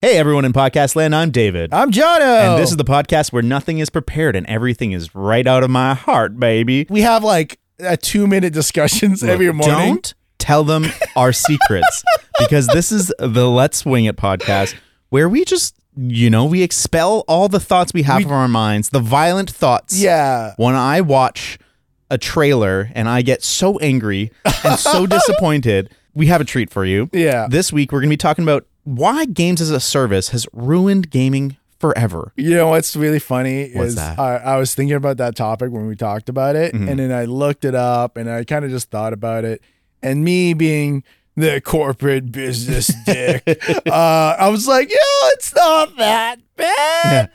Hey, everyone in podcast land, I'm David. I'm Jono. And this is the podcast where nothing is prepared and everything is right out of my heart, baby. we have like a two minute discussions every Look, morning. Don't tell them our secrets because this is the Let's Wing It podcast where we just, you know, we expel all the thoughts we have from our minds, the violent thoughts. Yeah. When I watch a trailer and I get so angry and so disappointed, we have a treat for you. Yeah. This week, we're going to be talking about why games as a service has ruined gaming forever. You know what's really funny What's is that? Mm-hmm. I, I was thinking about that topic when we talked about it, and then I looked it up and I kind of just thought about it. And me being the corporate business dick, uh, I was like, yo, it's not that bad.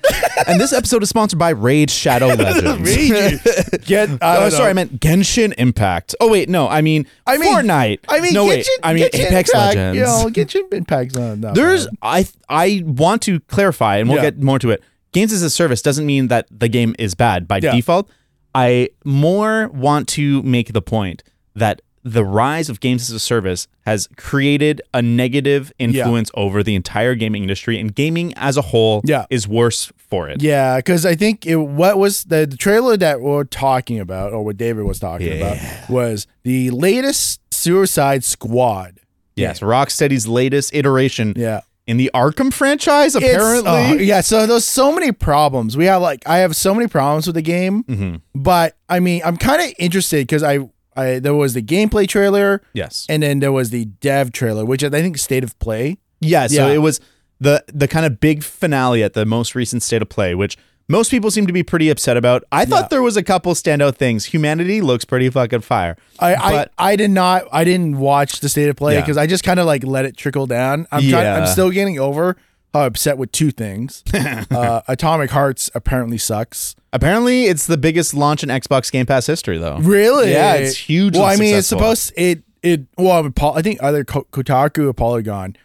and this episode is sponsored by Raid Shadow Legends. Really? Get, I Oh, don't sorry, I know. meant Genshin Impact. Oh wait, no, I mean, I mean- Fortnite. I mean, no get wait, your, I mean get your Apex impact, Legends. You know, get your impacts on. No, There's I I want to clarify, and we'll Yeah. get more to it. Games as a service doesn't mean that the game is bad by Yeah. default. I more want to make the point that the rise of games as a service has created a negative influence over the entire gaming industry, and gaming as a whole Yeah. is worse for it. Yeah, because I think it, what was the, the trailer that we're talking about, or what David was talking about, was the latest Suicide Squad. Yes, Rocksteady's latest iteration Yeah. in the Arkham franchise, It's- apparently. oh, yeah. So there's so many problems. We have like I have so many problems with the game, Mhm. but I mean I'm kind of interested because I, I there was the gameplay trailer Yes. and then there was the dev trailer, which I think state of play. Yeah, so Yeah. it was the the kind of big finale at the most recent state of play, which most people seem to be pretty upset about. I thought Yeah. there was a couple standout things. Humanity looks pretty fucking fire. I, But- I I did not I didn't watch the state of play Yeah. because I just kind of like let it trickle down. I'm trying, Yeah. I'm still getting over how upset with two things. uh, Atomic Hearts apparently sucks. Apparently, it's the biggest launch in Xbox Game Pass history, though. Really? Yeah, it's hugely Well, I mean, it's successful. supposed it it well, Pol- I think either Ko- Kotaku or Polygon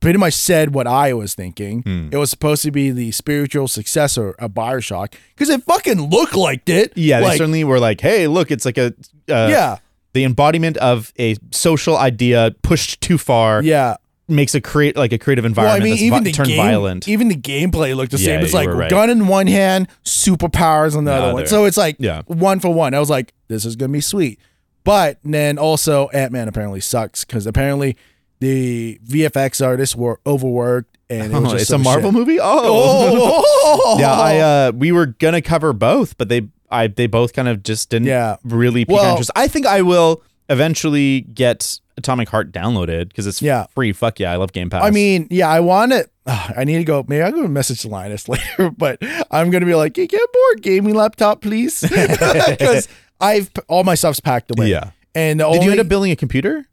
pretty much said what I was thinking. Hmm. It was supposed to be the spiritual successor of BioShock because it fucking looked like it. Yeah, they like, certainly were like, "Hey, look, it's like a uh, yeah, the embodiment of a social idea pushed too far yeah. makes a create like a creative environment that's vi- turned violent." Even the gameplay looked the Yeah, same. It's you like were right. gun in one hand, superpowers on the other one. other. So it's like Yeah. one for one. I was like, this is gonna be sweet. But then also Ant Man apparently sucks because apparently the VFX artists were overworked and it was Oh, just it's a some Marvel shit. movie. Oh, Yeah, I uh, we were gonna cover both, but they I they both kind of just didn't Yeah. really pique our Well- interest. I think I will eventually get Atomic Heart downloaded because it's Yeah. free. Fuck yeah, I love Game Pass. I mean, yeah, I want it. ugh, I need to go. Maybe I'll go message Linus later, but I'm gonna be like, "Hey, get more gaming laptop, please," because I've all my stuff's packed away. Yeah. and the did only, you end up building a computer?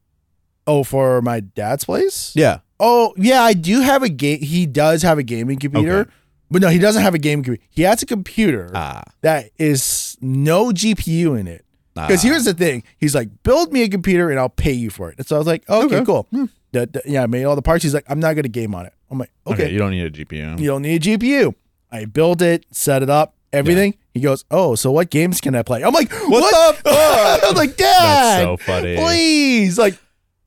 Oh, for my dad's place? Yeah. Oh, yeah, I do have a game. He does have a gaming computer, Okay. but no, he doesn't have a gaming computer. He has a computer Ah, that is no GPU in it. Because Ah. here's the thing he's like, build me a computer and I'll pay you for it. And so I was like, okay, Hmm. Okay. cool. That- that- yeah, I made all the parts. He's like, I'm not going to game on it. I'm like, okay. okay, You don't need a GPU. you don't need a GPU. I built it, set it up, everything. He goes, oh, so what games can I play? I'm like, what, the fuck? I'm like, That's dad, so funny. please. Like,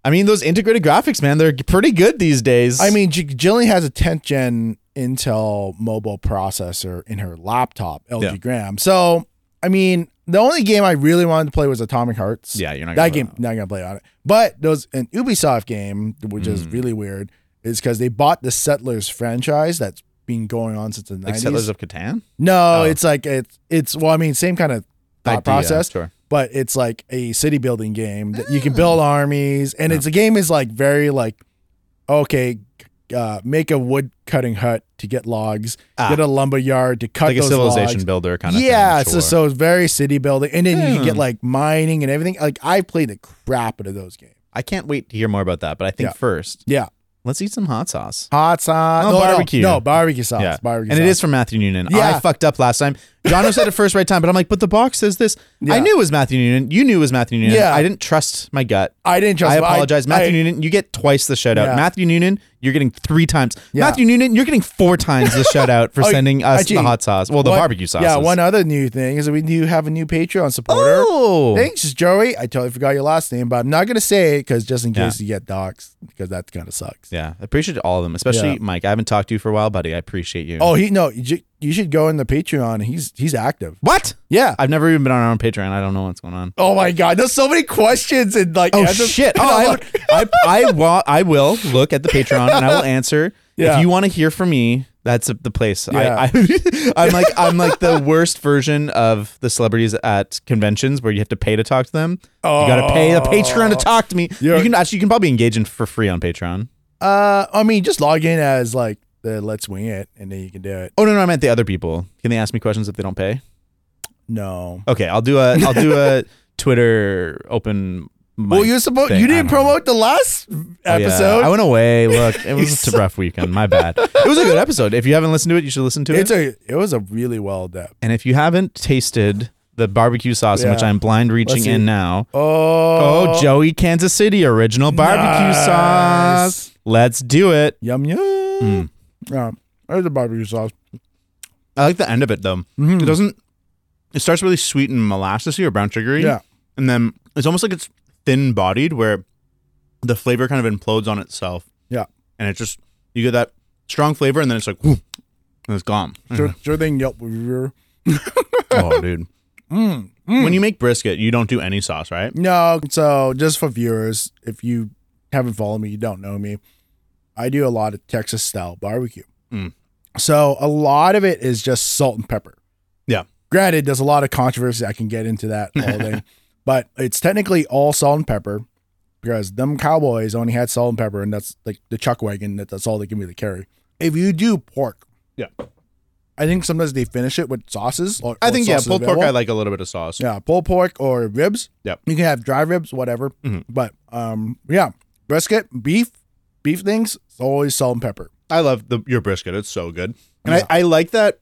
I mean, those integrated graphics, man, they're pretty good these days. I mean, J- Jillian has a 10th gen Intel mobile processor in her laptop, LG Yeah. Gram. So, I mean, the only game I really wanted to play was Atomic Hearts. yeah, you're not that gonna- game, not gonna play on it. But there was an Ubisoft game, which Mm. is really weird, is because they bought the Settlers franchise that's been going on since the 90s. like Settlers of Catan no, Oh. it's like it's it's well, I mean, same kind of thought Idea, process uh, Sure. but it's like a city building game that you can Hmm. build armies and it's a game is like very like okay uh, make a wood cutting hut to get logs Ah. get a lumber yard to cut Like a those civilization logs. builder kind of yeah thing. so, sure. so it's very city building and then you can get Hmm. like mining and everything like i played the crap out of those games I can't wait to hear more about that. But I think Yeah. first, yeah let's eat some hot sauce. hot sauce Oh, no, no, barbecue. no, barbecue sauce Yeah. barbecue and it sauce. is from Matthew Noonan. Yeah. I fucked up last time. Jono said it first right time, but I'm like, but the box says this. I Yeah. knew it was Matthew Noonan. You knew it was Matthew Noonan. Yeah. I didn't trust my gut. I didn't trust I him. apologize. Matthew I- Noonan, you get twice the shout out. Yeah. Matthew Noonan, you're getting three times. Yeah. Matthew Noonan, you're getting four times the shout out for Oh, sending us actually, the hot sauce. Well, the one- barbecue sauce. Yeah, one other new thing is that we do have a new Patreon supporter. Oh. Thanks, Joey. I totally forgot your last name, but I'm not gonna say it because just in case you get doxxed, because that kind of sucks. Yeah. I appreciate all of them, especially Yeah. Mike. I haven't talked to you for a while, buddy. I appreciate you. Oh, he no, you, ju- you should go in the Patreon. He's he's active. what? Yeah. I've never even been on our own Patreon. I don't know what's going on. Oh my god, there's so many questions and like Oh answers. shit! And I'm Oh, like- I, I, I, wa- I will look at the Patreon and I will answer. Yeah. If you want to hear from me, that's the place. Yeah. I, I, I'm like I'm like the worst version of the celebrities at conventions where you have to pay to talk to them. You got to pay the Patreon to talk to me. You're- You can actually you can probably engage in for free on Patreon. Uh, I mean, just log in as like the Let's Wing It, and then you can do it. Oh no, no, I meant the other people. Can they ask me questions if they don't pay? No. Okay, I'll do a I'll do a Twitter open. Mic. well, you supposed thing, you I didn't don't know. promote the last Oh, yeah. episode. I went away. Look, it was You just a rough weekend. My bad. It was a good episode. If you haven't listened to it, you should listen to it. It's a it was a really well done. and if you haven't tasted the barbecue sauce in which Yeah. I'm blind reaching see. in now, Oh, oh, Joey Kansas City original barbecue Nice. sauce. Let's do it. yum yum. Hmm. Yeah, there's the barbecue sauce. Mm-hmm. I like the end of it though. Mm. It doesn't. It starts really sweet and molassesy or brown sugary. Yeah. and then it's almost like it's thin bodied where the flavor kind of implodes on itself. Yeah. and it just you get that strong flavor, and then it's like, whoo, and it's gone. Sure, sure thing. Yep. No, oh, dude. When you make brisket, you don't do any sauce, right? so just for viewers, if you haven't followed me, you don't know me. I do a lot of Texas style barbecue. Mm. So a lot of it is just salt and pepper. Yeah. Granted, there's a lot of controversy. I can get into that all day, but it's technically all salt and pepper because them cowboys only had salt and pepper, and that's like the chuck wagon. That that's all they can really carry. If you do pork, Yeah. I think sometimes they finish it with sauces. Or, I or think yeah, sauces pulled pork. available. I like a little bit of sauce. Yeah, pulled pork or ribs. Yep. You can have dry ribs, whatever. Mhm. But um, yeah, brisket, beef, beef things. It's always salt and pepper. I love the, your brisket. It's so good, and Yeah. I, I like that.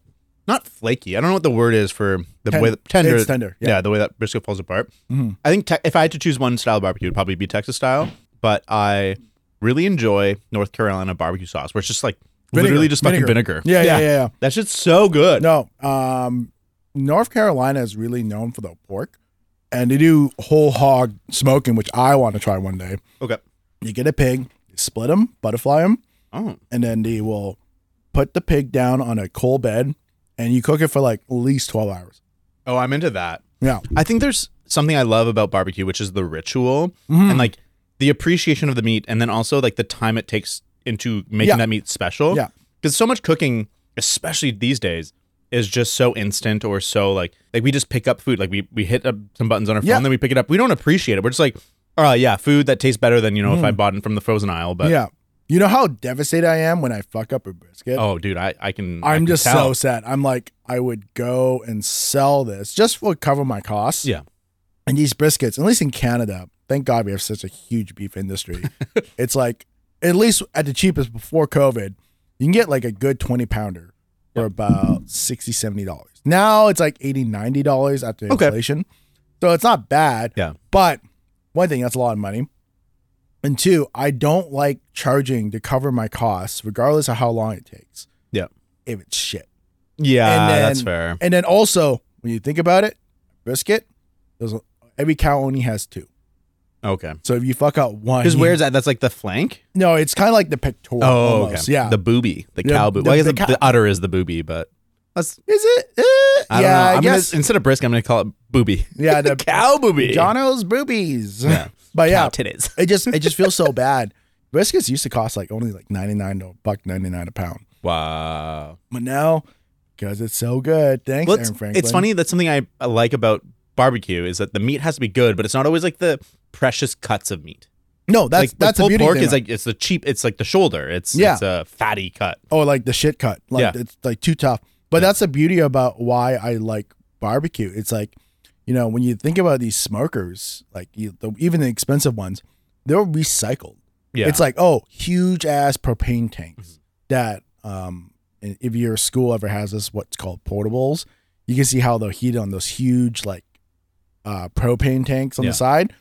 Not flaky. I don't know what the word is for the Ten- way that tender. It's tender. Yeah. Mm-hmm. Yeah. the way that brisket falls apart. Mhm. I think te- if I had to choose one style of barbecue, it'd probably be Texas style. But I really enjoy North Carolina barbecue sauce, where it's just like literally Vinegar. just fucking vinegar. Yeah, yeah, yeah. yeah. That shit's so good. No, um, North Carolina is really known for the pork, and they do whole hog smoking, which I want to try one day. Okay. You get a pig, split them, butterfly them, Oh, and then they will put the pig down on a coal bed, and you cook it for like at least twelve hours. oh, I'm into that. Yeah, I think there's something I love about barbecue, which is the ritual Mm-hmm. Hmm. and like the appreciation of the meat, and then also like the time it takes into making Yeah. that meat special. Yeah. because so much cooking, especially these days, is just so instant or so like like we just pick up food, like we we hit up some buttons on our phone, Yeah. then we pick it up. We don't appreciate it. We're just like, oh yeah, food that tastes better than you know if I bought it from the frozen aisle. But Hmm. yeah. You know how devastated I am when I fuck up a brisket. oh dude, I I can. I I'm can just so tell. sad. I'm like, I would go and sell this just for cover my costs. Yeah. And these briskets, at least in Canada, thank God we have such a huge beef industry. it's like, at least at the cheapest before COVID, you can get like a good 20 pounder for about 60 $70. Now it's like 80 $90 after Okay. inflation. So it's not bad. Yeah. But one thing, that's a lot of money. And two, I don't like charging to cover my costs, regardless of how long it takes. Yeah. If it's shit. Yeah, And then- that's fair. And then also, when you think about it, brisket, there's every cow only has two. Okay, So if you fuck out one, because you- where's that? That's like the flank. no? It's kind of like the pectoral. Oh, almost. okay. yeah. The booby, the Yeah, cow booby. the- Well, I guess the the, cow- the udder is the booby, but that's Is it? Eh, I yeah, don't know. I'm I guess. gonna, instead of brisk, I'm going to call it booby. yeah, the cow booby. Jono's boobies. Yeah. but yeah, Cow titties. it just it just feels so bad. Briskets used to cost like only like ninety nine to buck ninety nine a pound, Wow. but now because it's so good, thanks, Well, it's, Aaron Franklin. it's funny. That's something I I like about barbecue is that the meat has to be good, but it's not always like the precious cuts of meat. No, like that's the that's a pulled beauty pork thing. is like it's the cheap. It's like the shoulder. It's Yeah. it's a fatty cut. Oh, like the shit cut. Like Yeah. it's like too tough. But that's the beauty about why I like barbecue. It's like, you know, when you think about these smokers, like you, the, even the expensive ones, they're recycled. Yeah. Mm-hmm. It's like, oh, huge ass propane tanks that um and if your school ever has this what's called portables, you can see how they'll heat it on those huge like uh, propane tanks on Yeah. the side.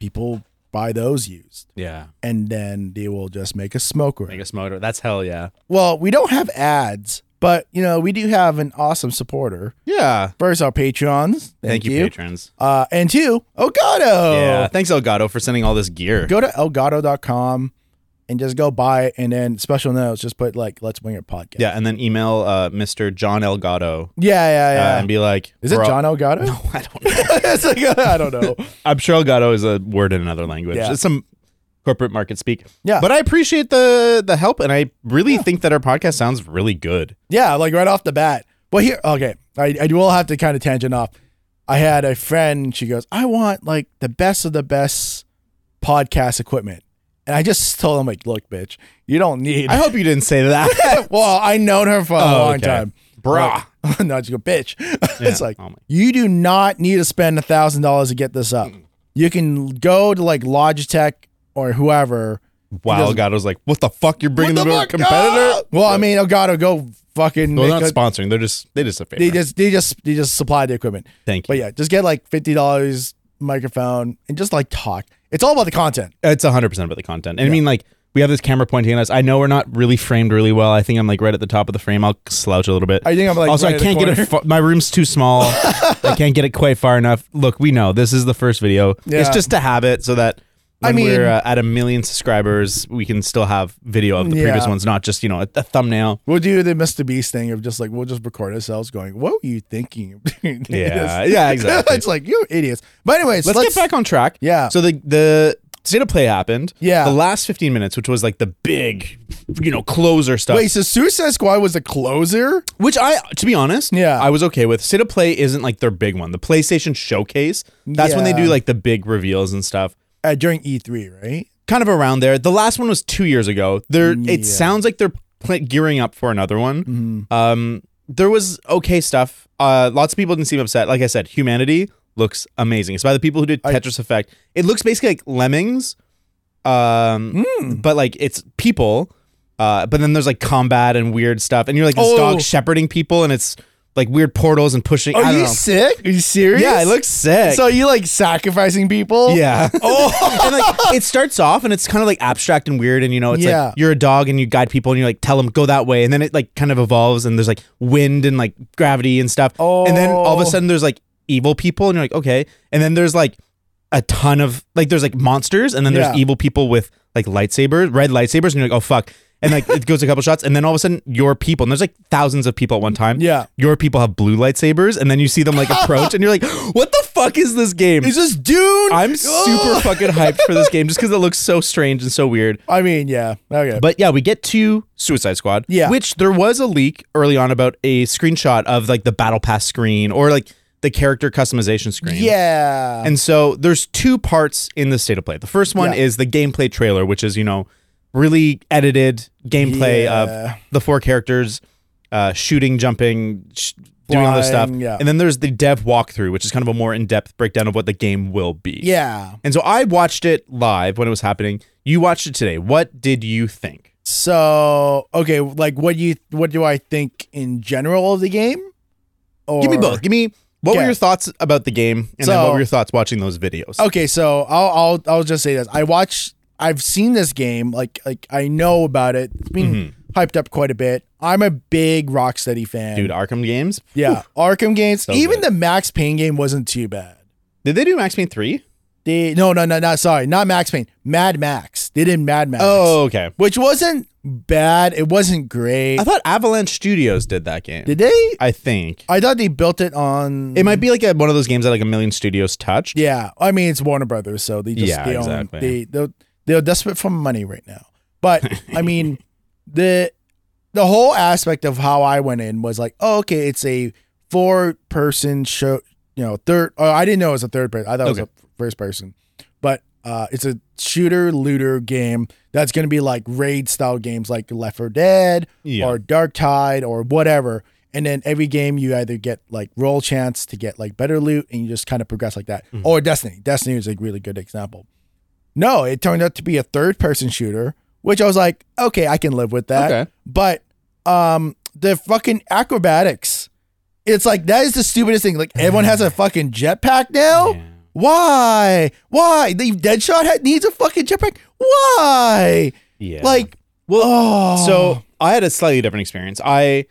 People buy those used, Yeah. and then they will just make a smoke ring. Make a smoker. That's hell yeah. well, we don't have ads, but you know we do have an awesome supporter. Yeah. First, our Patreons. Thank, Thank, you, you. patrons. Uh, and two, Elgato. Yeah. Thanks, Elgato, for sending all this gear. Go to Elgato.com and just go buy it. And then special notes, just put like "Let's Wing It" podcast. Yeah, and then email uh, Mr. John Elgato yeah, yeah, uh, yeah. and be like, Is it "Bro, John Elgato? No, I don't know. it's like I don't know. I'm sure Elgato is a word in another language. Yeah. It's some corporate market speak. Yeah. But I appreciate the the help, and I really think that our podcast sounds really good. Yeah, like right off the bat. Well, here, okay, I, I will have to kind of tangent off. I had a friend. She goes, "I want like the best of the best podcast equipment," and I just told him, "Like, look, bitch, you don't need." I hope you didn't say that. well, I known her for a Oh, long okay. time, Bruh. Like, no, just go, bitch. it's like oh my- you do not need to spend a thousand dollars to get this up. You can go to like Logitech or whoever. Wow, Elgato's like, what the fuck? You're bringing What them to a fuck? competitor? Ah! Well, I mean, Elgato, go fucking. Well, make they're a- not sponsoring. They're just they just a favor. they just they just they just supply the equipment. Thank you. But yeah, just get like fifty dollars microphone and just like talk. It's all about the content. It's 100% about the content. And I mean, like, we have this camera pointing at us. I know we're not really framed really well. I think I'm like right at the top of the frame. I'll slouch a little bit. I think I'm, like, also, right I at the can't get corner. it. Fa- my room's too small. I can't get it quite far enough. Look, we know this is the first video. It's Yeah. just a habit so that when I mean- we're uh, at a million subscribers, we can still have video of the previous Yeah. ones, not just, you know, a, a thumbnail. We'll do the Mr. Beast thing of just like we'll just record ourselves going, "What were you thinking?" Yeah, yeah, exactly. it's like you idiots. But anyways, let's, get back on track. Yeah. So the the state of play happened. Yeah. The last 15 minutes, which was like the big, you know, closer stuff. Wait, so Suicide Squad was a closer? Which I, to be honest, Yeah. I was okay with. State of Play isn't like their big one. The PlayStation Showcase, that's when they Yeah. do like the big reveals and stuff. Uh, during E3, right? Kind of around there. The last one was two years ago. They're, Yeah. Mm-hmm. It sounds like they're pl- gearing up for another one. Um, there was okay stuff. Uh, lots of people didn't seem upset. Like I said, Humanity looks amazing. It's by the people who did Tetris Effect. It looks basically like Lemmings, um, Hmm. but like it's people. Uh, but then there's like combat and weird stuff, and you're like this Oh. dog shepherding people, and it's like weird portals and pushing. I Are don't you know. sick? Are you serious? Yeah, it looks sick. So you like sacrificing people? yeah. Oh, and like it starts off and it's kind of like abstract and weird, and you know, it's Yeah. like you're a dog and you guide people and you like tell them go that way, and then it like kind of evolves and there's like wind and like gravity and stuff, and then all of a Oh. sudden there's like evil people and you're like okay, and then there's like a ton of like there's like monsters and then there's Yeah. evil people with like lightsabers, red lightsabers, and you're like oh fuck. And like it goes a couple shots, and then all of a sudden, your people, and there's like thousands of people at one time. Yeah. Your people have blue lightsabers, and then you see them like approach, and you're like, what the fuck is this game? It's just dude. I'm super fucking hyped for this game just because it looks so strange and so weird. I mean, yeah. Okay. But yeah, we get to Suicide Squad. Yeah. Which there was a leak early on about a screenshot of like the battle pass screen or like the character customization screen. yeah. And so there's two parts in the state of play. The first one Yeah. is the gameplay trailer, which is, you know, really edited gameplay Yeah. of the four characters uh, shooting, jumping, sh- doing all this stuff. Flying, yeah. And then there's the dev walkthrough, which is kind of a more in depth breakdown of what the game will be. yeah. And so I watched it live when it was happening. You watched it today. What did you think? So okay, like what do you what do I think in general of the game? Or, Give me both. Give me what were Yeah. your thoughts about the game, and then what So- were your thoughts watching those videos? Okay, so I'll I'll I'll just say this. I watch. I've seen this game. Like like I know about it. It's been hyped up quite a bit. I'm a big Rocksteady fan, Mm-hmm. Dude, Arkham games. Yeah, Arkham games. even good. the Max Payne game wasn't too bad. Did they do Max Payne three? They no no no not sorry not Max Payne Mad Max. They did Mad Max. Oh, okay. which wasn't bad. It wasn't great. I thought Avalanche Studios did that game. did Mm-hmm. they? I think I thought they built it on it might be like a, one of those games that like a million studios touched. Yeah, I mean it's Warner Brothers, so they just Yeah, they own exactly. they they're, they're desperate for money right now. But I mean the the whole aspect of how I went in was like, oh, okay, it's a four person show. You know, third. Oh, I didn't know it was a third person. I thought it was Okay. a first person, but uh, it's a shooter looter game that's going to be like raid style games like Left 4 Dead Yeah. or Dark Tide or whatever. And then every game you either get like roll chance to get like better loot and you just kind of progress like that. Mm. Or Destiny. Destiny is a really good example. No, it turned out to be a third person shooter, which I was like, okay, I can live with that. Okay. But um the fucking acrobatics It's like that is the stupidest thing. Like everyone has a fucking jetpack now. Why? Why? The Deadshot had, needs a fucking jetpack. Why? Yeah. Like, Well, oh. So I had a slightly different experience. I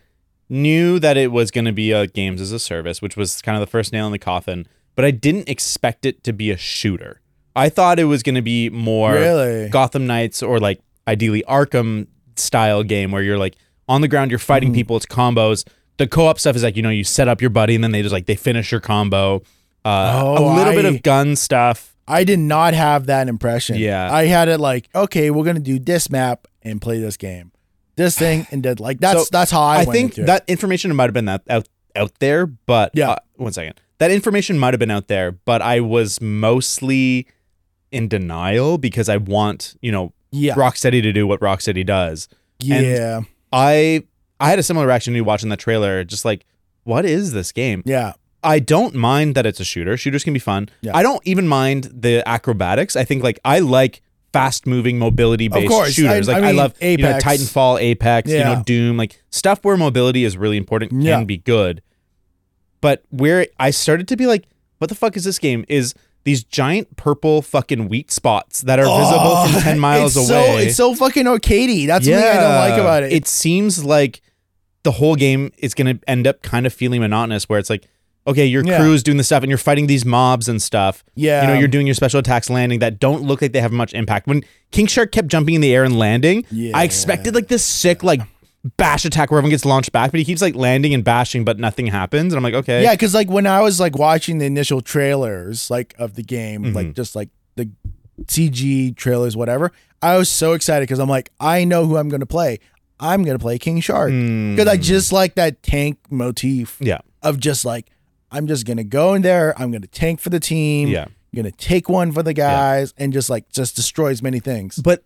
knew that it was going to be a games as a service, which was kind of the first nail in the coffin, but I didn't expect it to be a shooter. I thought it was going to be more Really? Gotham Knights or like ideally Arkham style game where you're like on the ground, you're fighting Mm-hmm. people, it's combos. The co-op stuff is like you know you set up your buddy and then they just like they finish your combo. Uh, a Oh, little bit I- of gun stuff. I did not have that impression. Yeah. I had it like, okay, we're gonna do this map and play this game, this thing and did like that's So, that's how I, I, went think into it. that information might have been that out out there, but Yeah. uh, one second. That information might have been out there, but I was mostly in denial because I want you know yeah Rocksteady to do what Rocksteady does. and- yeah I I had a similar reaction to you watching the trailer, just like what is this game? yeah I don't mind that it's a shooter. Shooters can be fun. Yeah. I don't even mind the acrobatics. I think like I like fast moving mobility based Of course. shooters. I- like I I, mean, love you know Apex. Titanfall, Apex, you Yeah. know Doom, like stuff where mobility is really important can Yeah. be good. But where I started to be like, what the fuck is this game? Is these giant purple fucking wheat spots that are Oh, visible from ten miles it's away? So, it's so fucking arcadey. That's the thing I don't like about it. It seems like the whole game is going to end up kind of feeling monotonous, where it's like, okay, your Yeah. crew's doing this stuff and you're fighting these mobs and stuff. yeah, You know, you're doing your special attacks landing that don't look like they have much impact. When King Shark kept jumping in the air and landing, Yeah. I expected like this sick, like, bash attack where everyone gets launched back, but he keeps like landing and bashing, but nothing happens. And I'm like, okay. yeah, because like when I was like watching the initial trailers like of the game, Mm-hmm. like just like the CG trailers, whatever, I was so excited because I'm like, I know who I'm gonna play. I'm gonna play King Shark Hmm. because I just like that tank motif Mm. Yeah. of just like I'm just gonna go in there, I'm gonna tank for the team, Yeah. I'm gonna take one for the guys, and just like just destroy as many things. But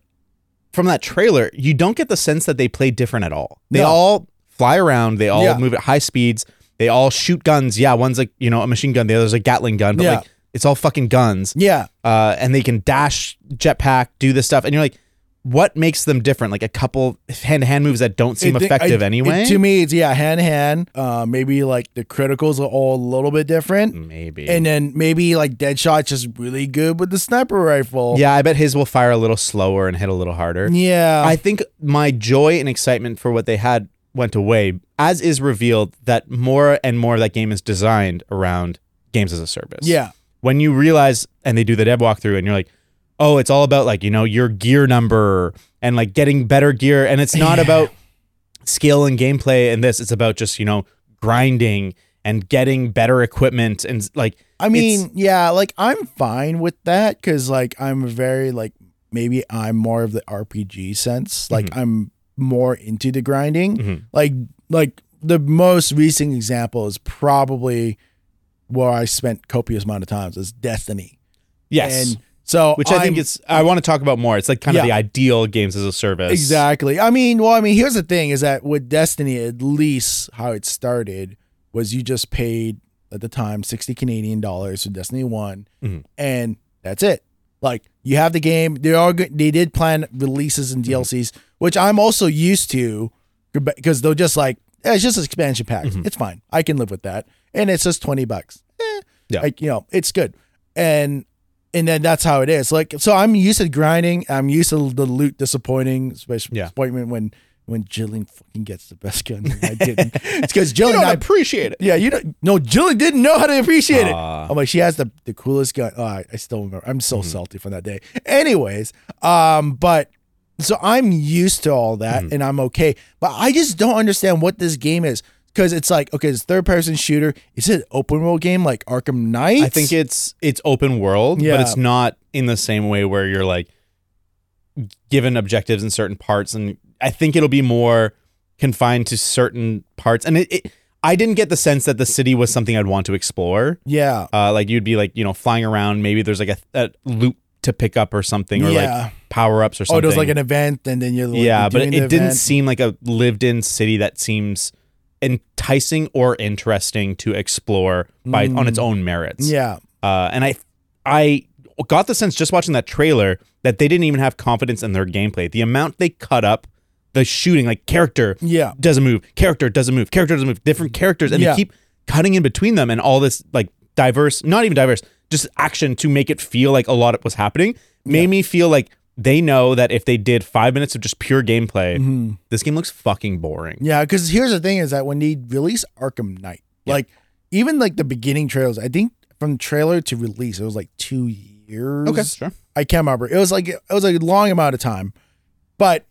from that trailer, you don't get the sense that they play different at all. They No. all fly around, they all Yeah. move at high speeds, they all shoot guns. Yeah, one's like, you know, a machine gun, the other's a Gatling gun, but Yeah. like it's all fucking guns. Yeah, Uh, and they can dash, jetpack, do this stuff. And you're like, what makes them different? Like a couple hand to hand moves that don't seem It- I- effective it- anyway? to me, it's yeah, hand to hand. Uh, maybe like the criticals are all a little bit different. Maybe. And then maybe like Deadshot's just really good with the sniper rifle. yeah, I bet his will fire a little slower and hit a little harder. Yeah. I think my joy and excitement for what they had went away, as is revealed that more and more of that game is designed around games as a service. yeah. When you realize, and they do the dev walkthrough, and you're like, oh, it's all about like, you know, your gear number and like getting better gear. And it's not Yeah. about skill and gameplay and this, it's about just, you know, grinding and getting better equipment and like, I mean, yeah, like I'm fine with that cuz like I'm very like maybe I'm more of the RPG sense. Like Mm-hmm. I'm more into the grinding. Mhm. Like like the most recent example is probably where I spent copious amount of times is Destiny. yes. And so which I think I'm- is, I want to talk about more. It's like kind of Yeah. the ideal games as a service. Exactly. I mean, well, I mean, here's the thing is that with Destiny, at least how it started was you just paid at the time 60 Canadian dollars for Destiny one Mhm. and that's it. Like you have the game. They are good. They did plan releases and DLCs, which I'm also used to because they'll just like, eh, it's just expansion packs. Mm-hmm. It's fine. I can live with that. And it's just 20 bucks. Eh, Yeah. Like, you know, it's good. And and then that's how it is. Like, so I'm used to grinding. I'm used to the loot disappointing, especially Yeah. disappointment when when Jillian fucking gets the best gun. and I didn't. It's because Jillian, I, appreciate it. yeah, you don't. No, Jillian didn't know how to appreciate it. Aw. Mm-hmm. I'm like, she has the the coolest gun. Oh, I, I still remember. I'm so salty from that day. Anyways, um, but so I'm used to all that Mm. and I'm okay. But I just don't understand what this game is because it's like, okay, it's third person shooter. Is it an open world game like Arkham Knight? I think it's it's open world, but Yeah. it's not in the same way where you're like given objectives in certain parts, and I think it'll be more confined to certain parts. And it, it I didn't get the sense that the city was something I'd want to explore. yeah, Uh, like you'd be like you know flying around, maybe there's like a, a loot to pick up or something, or Yeah. like power ups or something. Oh, there's like an event, and then you're like, yeah, but doing it the didn't event. seem like a lived in city that seems enticing or interesting to explore by on Mm. its own merits. Yeah, Uh, and I I got the sense just watching that trailer that they didn't even have confidence in their gameplay. The amount they cut up, the shooting, like character yeah, doesn't move, character doesn't move, character doesn't move, different characters, and Yeah. they keep cutting in between them and all this like diverse, not even diverse, just action to make it feel like a lot was happening made me feel like they know that if they did five minutes of just pure gameplay, Mm-hmm. this game looks fucking boring. Yeah, because here's the thing: is that when they release Arkham Knight, Yeah. like even like the beginning trailers, I think from trailer to release, it was like two years. sure. I can't remember. It was like it was like a long amount of time, but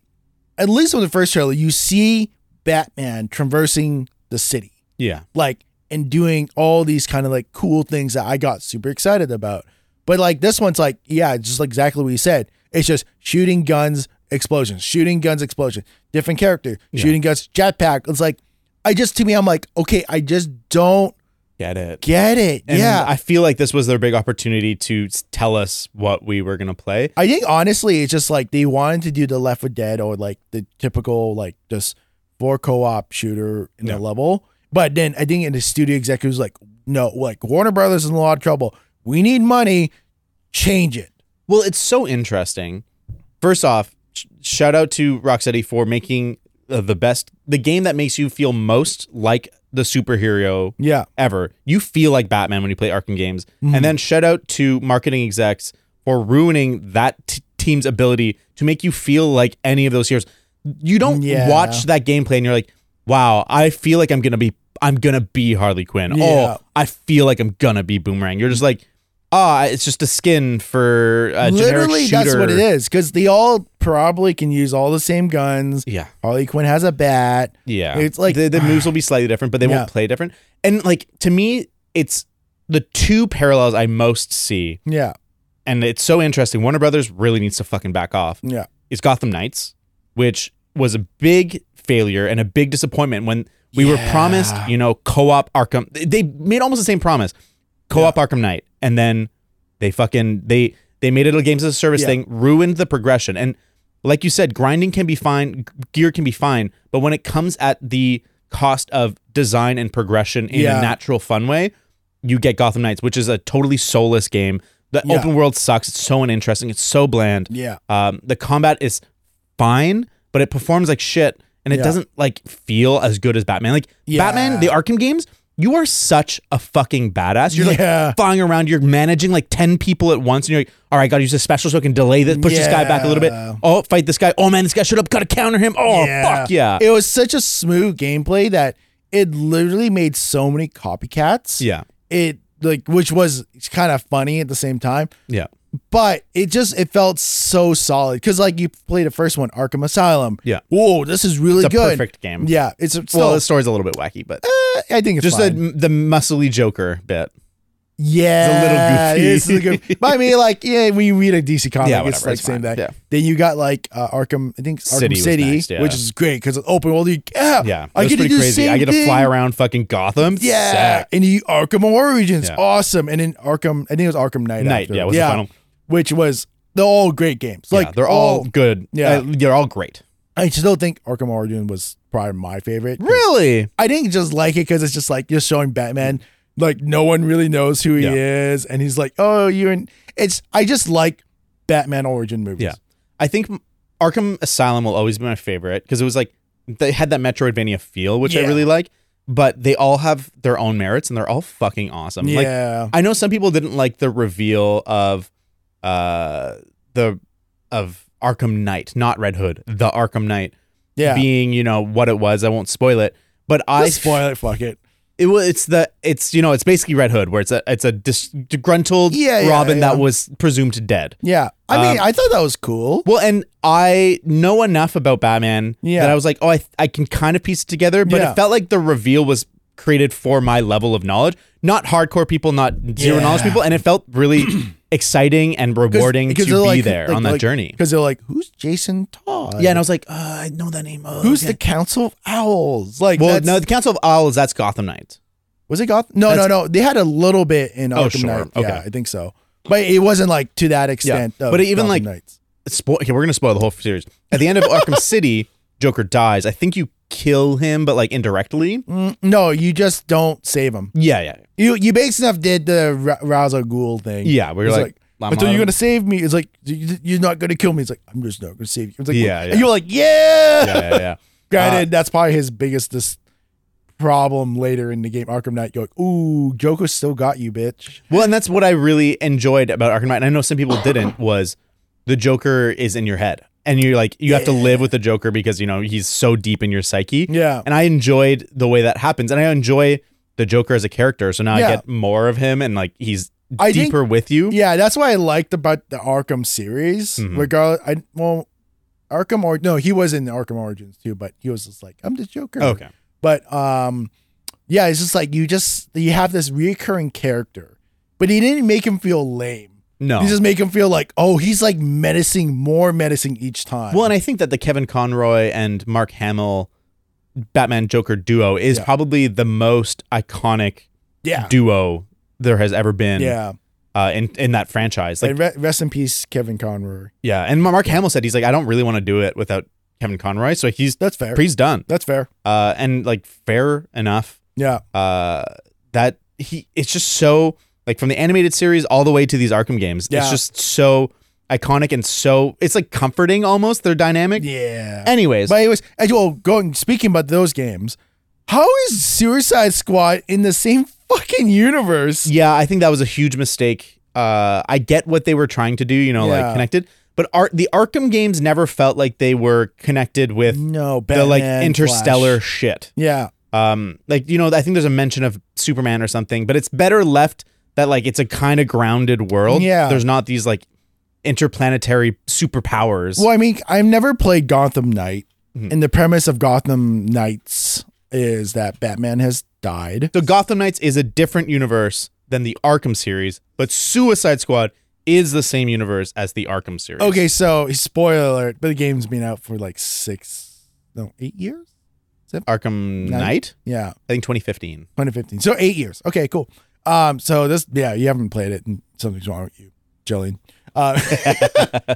at least with the first trailer, you see Batman traversing the city, Yeah, like and doing all these kind of like cool things that I got super excited about. But like this one's like, yeah, it's just exactly what you said. It's just shooting guns, explosions, shooting guns, explosion, different character, Yeah. shooting guns, jetpack. It's like I just to me, I'm like, okay, I just don't get it. get it. And yeah. I feel like this was their big opportunity to s- tell us what we were gonna play. I think honestly, it's just like they wanted to do the Left 4 Dead or like the typical like just four co-op shooter in Yeah. the level. But then I think in the studio executive was like, no, like Warner Brothers is in a lot of trouble. We need money. Change it. Well, it's so interesting. First off, sh- shout out to Rocksteady for making uh, the best, the game that makes you feel most like the superhero Yeah. ever. You feel like Batman when you play Arkham games. Mhm. And then shout out to marketing execs for ruining that t- team's ability to make you feel like any of those heroes. You don't Yeah. watch that gameplay and you're like, "Wow, I feel like I'm going to be I'm going to be Harley Quinn." Yeah. Oh, I feel like I'm going to be Boomerang. You're just like, "Ah, it's just a skin for a generic Literally, shooter." that's what it is. Because they all probably can use all the same guns. Yeah. Harley Quinn has a bat. Yeah. It's like- the, the moves will be slightly different, but they Yeah. won't play different. And like to me, it's the two parallels I most see Yeah. and it's so interesting. Warner Brothers really needs to fucking back off. Yeah. It's Gotham Knights, which was a big failure and a big disappointment when we were Yeah. promised, you know, co-op Arkham. They made almost the same promise, co-op Arkham Knight, and then they fucking they they made it a games as a service Yeah. thing, ruined the progression. And like you said, grinding can be fine, g- gear can be fine, but when it comes at the cost of design and progression in Yeah. a natural fun way, you get Gotham Knights, which is a totally soulless game. The Yeah. open world sucks. It's so uninteresting. It's so bland. Yeah. Um, the combat is fine, but it performs like shit, and it Yeah. doesn't like feel as good as Batman. Like Yeah. Batman, the Arkham games, you are such a fucking badass. You're Yeah. like flying around. You're managing like ten people at once, and you're like, all right, gotta use a special so I can delay this, push this guy back a little bit. Yeah. Oh, fight this guy. Oh man, this guy showed up. Gotta counter him. Oh fuck yeah. It was such a smooth gameplay that it literally made so many copycats. yeah. it like which was kind of funny at the same time Yeah. but it just it felt so solid because like you play the first one arkham asylum Yeah. whoa this is really It's a good perfect game. yeah it's still well, the story's a little bit wacky, but i think it's just just the fine. the muscly Joker bit. yeah it's a little goofy. it's a good- but i mean like yeah when you read a dc comic Yeah, it's whatever, like it's same fine. thing Yeah. then you got like uh, arkham i think it's arkham City was city next, yeah. which is great because it's open world you, yeah, Yeah, Uh, i that's get to pretty do the crazy. same I get to fly thing. around fucking Gotham. Yeah, Sick. and you Arkham Origins, Yeah. awesome. And then Arkham, I think it was Arkham Knight. Knight, after. yeah, was the final. which was they're all great games. Yeah, Like they're all good. yeah. Uh, they're all great. I still think Arkham Origin was probably my favorite. Really? I didn't just like it because it's just like you're showing Batman, like no one really knows who he Yeah. is, and he's like, oh, you're in. It's I just like Batman Origin movies. Yeah. I think Arkham Asylum will always be my favorite because it was like they had that Metroidvania feel, which I Yeah. really like. But they all have their own merits and they're all fucking awesome. Like yeah, I know some people didn't like the reveal of uh the of Arkham Knight, not Red Hood, the Arkham Knight yeah. being, you know, what it was. I won't spoil it. But I Just spoil it. Fuck it. It wa- it's the it's you know it's basically Red Hood where it's a it's a dis- disgruntled Yeah, yeah, Robin yeah. that was presumed dead. Yeah, I mean, Um, I thought that was cool. Well, and I know enough about Batman Yeah. that I was like, oh, I I can kind of piece it together, but Yeah. it felt like the reveal was created for my level of knowledge, not hardcore people, not zero Yeah. knowledge people, and it felt really exciting and rewarding to Because be they're like- there like- on that like- journey. Because they're like, who's Jason Todd? Yeah, and I was like, uh, I know that name. Oh, Who's okay. the Council of Owls? Like, well? that's- No, the Council of Owls. That's Gotham Knights. was it Gotham? No, no, That's- no. They had a little bit in Oh, Arkham sure. Knight. Yeah, Okay. I think so. But it wasn't like to that extent. of But even, Gotham like, Knights. spoil. Okay, we're gonna spoil the whole series. At the end of Arkham City, Joker dies. I think you kill him, but like indirectly. Mm, no, you just don't save him. Yeah, yeah, You you basically enough did the Ra- Ra's al Ghul thing. yeah. We're It's like, I'm until on you're him. gonna save me. It's like you- you're not gonna kill me. It's like I'm just not gonna save you. It's like Yeah, and yeah. Uh, you're like yeah. yeah, yeah, yeah. Granted, that's probably his biggest dis- problem later in the game, Arkham Knight, you're like, ooh, Joker still got you, bitch. Well, and that's what I really enjoyed about Arkham Knight. And I know some people didn't was the Joker is in your head. And you're like you have to live with the Joker because you know he's so deep in your psyche. Yeah. And I enjoyed the way that happens. And I enjoy the Joker as a character. So now Yeah. I get more of him and like he's I think- deeper with you. Yeah, that's what I liked about the Arkham series. Mhm. Regardless, I well, Arkham or no, he was in Arkham Origins too, but he was just like, I'm the Joker. Okay. But um, yeah, it's just like you just you have this reoccurring character, but he didn't make him feel lame. No. He just make him feel like, oh, he's like menacing, more menacing each time. Well, and I think that the Kevin Conroy and Mark Hamill Batman Joker duo is Yeah. probably the most iconic yeah, duo there has ever been yeah. uh, in in that franchise. Like, and re- rest in peace, Kevin Conroy. yeah, and Mark Hamill said he's like, I don't really want to do it without Kevin Conroy, so he's That's fair. he's done. that's fair. Uh, and like, fair enough. Yeah, Uh, that he it's just so like from the animated series all the way to these Arkham games. Yeah. It's just so iconic and so it's like comforting almost their dynamic. yeah. Anyways, But anyways, as well, going speaking about those games, how is Suicide Squad in the same fucking universe? Yeah, I think that was a huge mistake. Uh, I get what they were trying to do, you know, Yeah. like connected. But Ar- the Arkham games never felt like they were connected with No, the Batman, like interstellar Flash. shit. Yeah, Um, like you know, I think there's a mention of Superman or something, but it's better left that like it's a kind of grounded world. Yeah. there's not these like interplanetary superpowers. well, I mean, I've never played Gotham Knight, Mhm. and the premise of Gotham Knights is that Batman has died. So Gotham Knights is a different universe than the Arkham series, but Suicide Squad is the same universe as the Arkham series. Okay, so spoiler alert, but the game's been out for like six, no, eight years. Arkham Knight? Knight, Yeah, I think 2015. 2015. So eight years. Okay, cool. Um, so this, yeah, you haven't played it, and something's wrong with you, Jillian. Uh,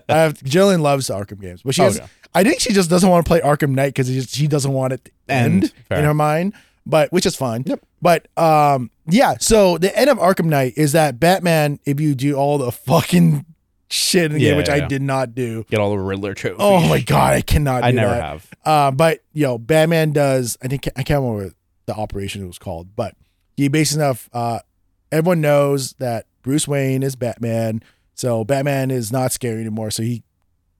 I have Jillian loves Arkham games, but she Oh, has. yeah. I think she just doesn't want to play Arkham Knight because she doesn't want it to end End. Fair. in her mind, but which is fine. Yep. But um, yeah. So the end of Arkham Knight is that Batman, if you do all the fucking shit in the game, Yeah, which yeah, I yeah. did not do. get all the Riddler trophies. Oh my god, I cannot. I do never that. have. Uh, but you know, Batman does. I think I can't remember what the operation it was called, but he based enough. Uh, everyone knows that Bruce Wayne is Batman, so Batman is not scary anymore. So he,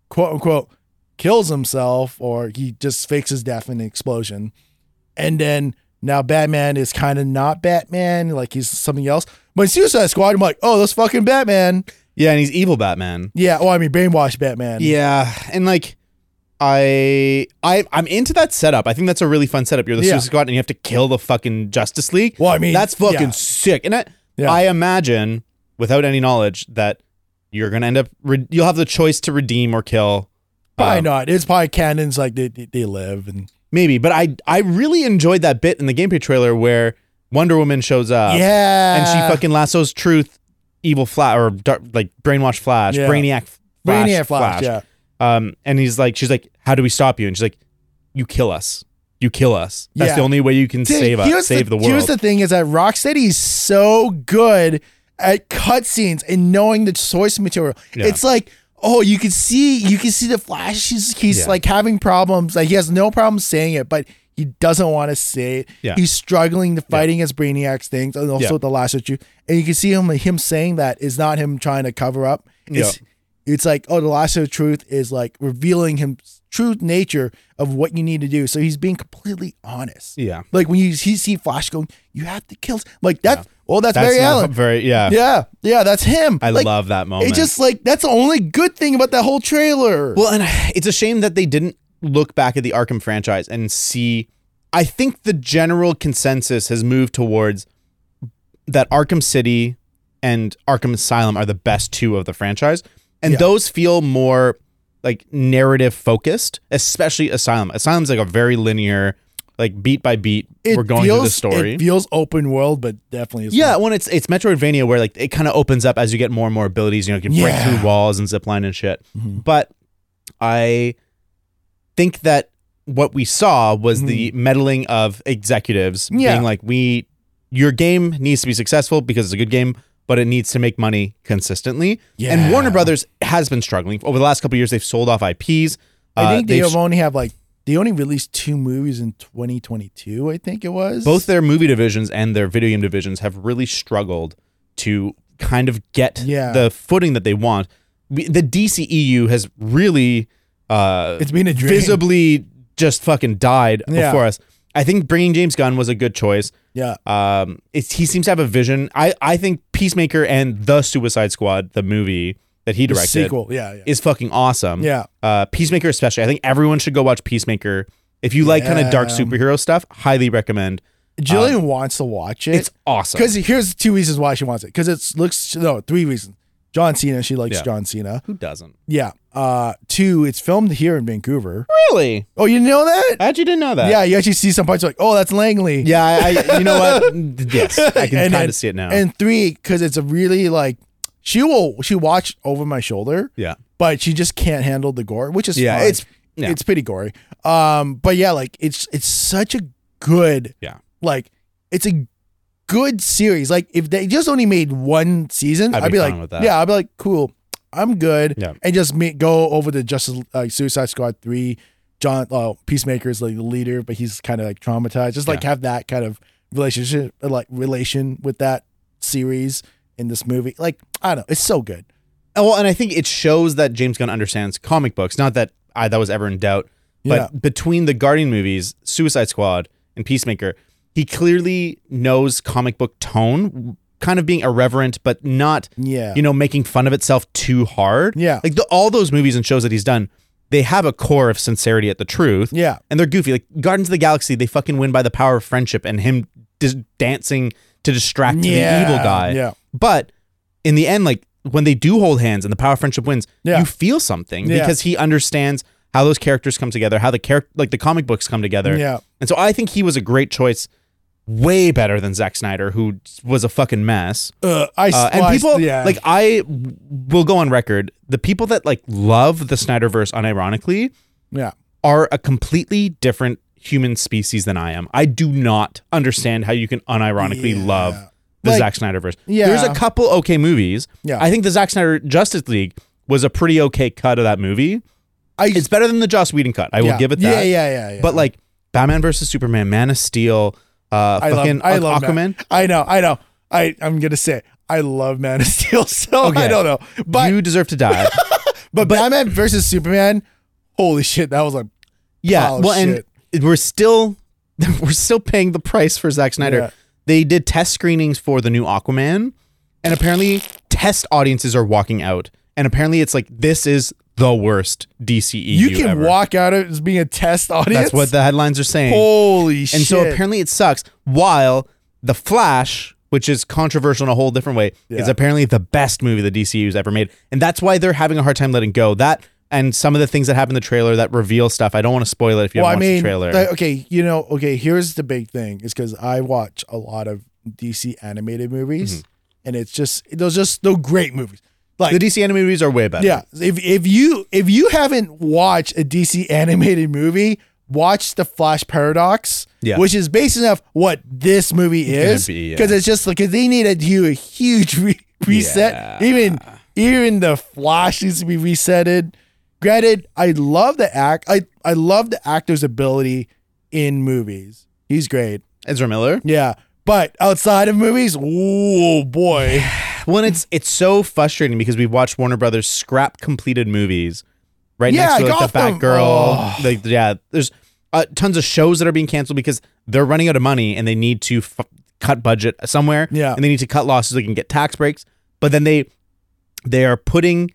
quote unquote, kills himself, or he just fakes his death in an explosion, and then now Batman is kind of not Batman, like he's something else. But in Suicide Squad, I'm like, oh, that's fucking Batman. Yeah, and he's evil Batman. Yeah. Well, I mean, brainwash Batman. Yeah, and like I I I'm into that setup. I think that's a really fun setup. You're the Yeah. Suicide Squad, and you have to kill the fucking Justice League. Well, I mean, that's fucking yeah. sick. And I Yeah. I imagine without any knowledge that you're gonna end up re- you'll have the choice to redeem or kill. Probably Um, not. It's probably canons like they, they, they live and. Maybe, but I I really enjoyed that bit in the gameplay trailer where Wonder Woman shows up. yeah, and she fucking lassos truth, evil flash or dark, like brainwash flash, Yeah. brainiac, flash, Brainiac Flash. Yeah, Um, and he's like, she's like, how do we stop you? And she's like, you kill us, you kill us. That's Yeah. the only way you can Dude, save here's us, save the, world. Here's the thing: is that Rocksteady is so good at cutscenes and knowing the source material. Yeah. It's like, oh, you can see, you can see the Flash. He's, he's Yeah. like having problems. Like he has no problem saying it, but he doesn't want to say it. Yeah. He's struggling to fighting his Brainiac's things, and also Yeah. the last issue. And you can see him him saying that is not him trying to cover up. It's it's like, oh, the lasso of truth is like revealing him true nature of what you need to do. So he's being completely honest. yeah, Like when you he see Flash going, you have to kill. Like that's well, that's, that's Barry not Allen. very yeah. Yeah, yeah, that's him. I like, love that moment. It's just like that's the only good thing about that whole trailer. well, and it's a shame that they didn't look back at the Arkham franchise and see. I think the general consensus has moved towards that Arkham City and Arkham Asylum are the best two of the franchise, and Yeah. those feel more like narrative focused, especially Asylum. Asylum's like a very linear, like beat by beat. it we're going feels, through the story. It feels open world, but definitely is yeah, when it's it's Metroidvania where like it kind of opens up as you get more and more abilities. You know, you can break Yeah. through walls and zipline and shit. Mhm. But I think that what we saw was the meddling of executives Mm-hmm. Yeah. being like, "We, your game needs to be successful because it's a good game, but it needs to make money consistently." Yeah. And Warner Brothers has been struggling over the last couple of years. They've sold off IPs. I Uh, think they they've- have only have like They only released two movies in 2022, I think it was. Both their movie divisions and their video game divisions have really struggled to kind of get Yeah. the footing that they want. We- The DCEU has really uh, It's been a dream. visibly just fucking died Yeah. before us. I think bringing James Gunn was a good choice. Yeah. Um, it's, he seems to have a vision. I, I think Peacemaker and The Suicide Squad, the movie that he The directed, Mm-hmm. sequel. Yeah. Yeah. is fucking awesome. yeah. Uh, Peacemaker, especially. I think everyone should go watch Peacemaker. If you like kind of dark Yeah. superhero stuff, highly recommend. Jillian wants to watch it. Um, It's awesome. Because here's two reasons why she wants it. Because it looks no three reasons. John Cena, she likes Yeah. John Cena. Who doesn't? Yeah. Uh, two, it's filmed here in Vancouver. Really? Oh, you know that? I actually didn't know that. yeah, you actually see some parts like, oh, that's Langley. Yeah, I, I you know what? Yes, I can And- kind and- of see it now. And three, because it's a really like she will she watch over my shoulder, yeah. but she just can't handle the gore, which is Yeah, fine. it's- yeah. it's pretty gory. Um, but yeah, like it's it's such a good Yeah. like it's a good series. Like if they just only made one season, I'd I'd, be be fine like, with that. yeah, I'd be like, cool, I'm good, Yeah. and just ma- go over to Justice uh, Suicide Squad three. John uh, Peacemaker is like the leader, but he's kind of like traumatized. Just like have that kind of relationship, uh, like relation with that series in this movie. Like I don't know, it's so good. Oh, Well, and I think it shows that James Gunn understands comic books. Not that I that was ever in doubt, but between the Guardian movies, Suicide Squad, and Peacemaker, he clearly knows comic book tone, kind of being irreverent, but not Yeah, you know making fun of itself too hard. Yeah. like the, all those movies and shows that he's done, they have a core of sincerity at the truth. yeah, and they're goofy. Like Guardians of the Galaxy, they fucking win by the power of friendship and him dis- dancing to distract yeah, the evil guy. Yeah, But in the end, like when they do hold hands and the power of friendship wins, Yeah. you feel something Yeah. because he understands how those characters come together, how the character like the comic books come together. yeah, And so I think he was a great choice, way better than Zack Snyder, who was a fucking mess. uh, I Uh, and sliced- people yeah. like I w- will go on record, the people that like love the Snyderverse unironically yeah. are a completely different human species than I am. I do not understand how you can unironically Yeah. love the Like, Zack Snyderverse. yeah. There's a couple okay movies. Yeah. I think the Zack Snyder Justice League was a pretty okay cut of that movie. I- it's better than the Joss Whedon cut. I yeah. will give it that. Yeah, yeah, yeah, yeah. But like Batman versus Superman, Man of Steel, uh, I love, fucking I love Aquaman. Man- I know, I know. I I'm gonna say it. I love Man of Steel, so Okay. I don't know. But you deserve to die. but, Batman versus Superman, holy shit, that was like yeah. Oh, well, shit. and we're still we're still paying the price for Zack Snyder. Yeah. They did test screenings for the new Aquaman, and apparently test audiences are walking out. And apparently it's like this is the worst DCEU you, can ever. walk out of it as being a test audience. That's what the headlines are saying. holy shit. and so apparently it sucks. While the Flash, which is controversial in a whole different way, is Yeah. apparently the best movie the DCU's ever made, and that's why they're having a hard time letting go. That and some of the things that happen in the trailer that reveal stuff. I don't want to spoil it if you well, I haven't watched mean, the trailer. like, okay, you know, okay. Here's the big thing is because I watch a lot of DC animated movies, Mm-hmm. and it's just those just they're great movies. Like the DC animated movies are way better. Yeah, if if you if you haven't watched a DC animated movie, watch the Flash Paradox, Yeah. which is based enough what this movie gonna is, be, yeah. because it's just like 'cause they need to do a huge re- reset. Yeah. Even even the Flash needs to be resetted. Granted, I love the act. I I love the actor's ability in movies. He's great. Ezra Miller. Yeah. But outside of movies, oh boy. Well, and it's it's so frustrating because we've watched Warner Brothers scrap completed movies right Yeah, next to like, the Gotham. Batgirl. Girl. Oh. Like, yeah, there's uh, tons of shows that are being canceled because they're running out of money and they need to f- cut budget somewhere. Yeah. and they need to cut losses so they can get tax breaks. But then they they are putting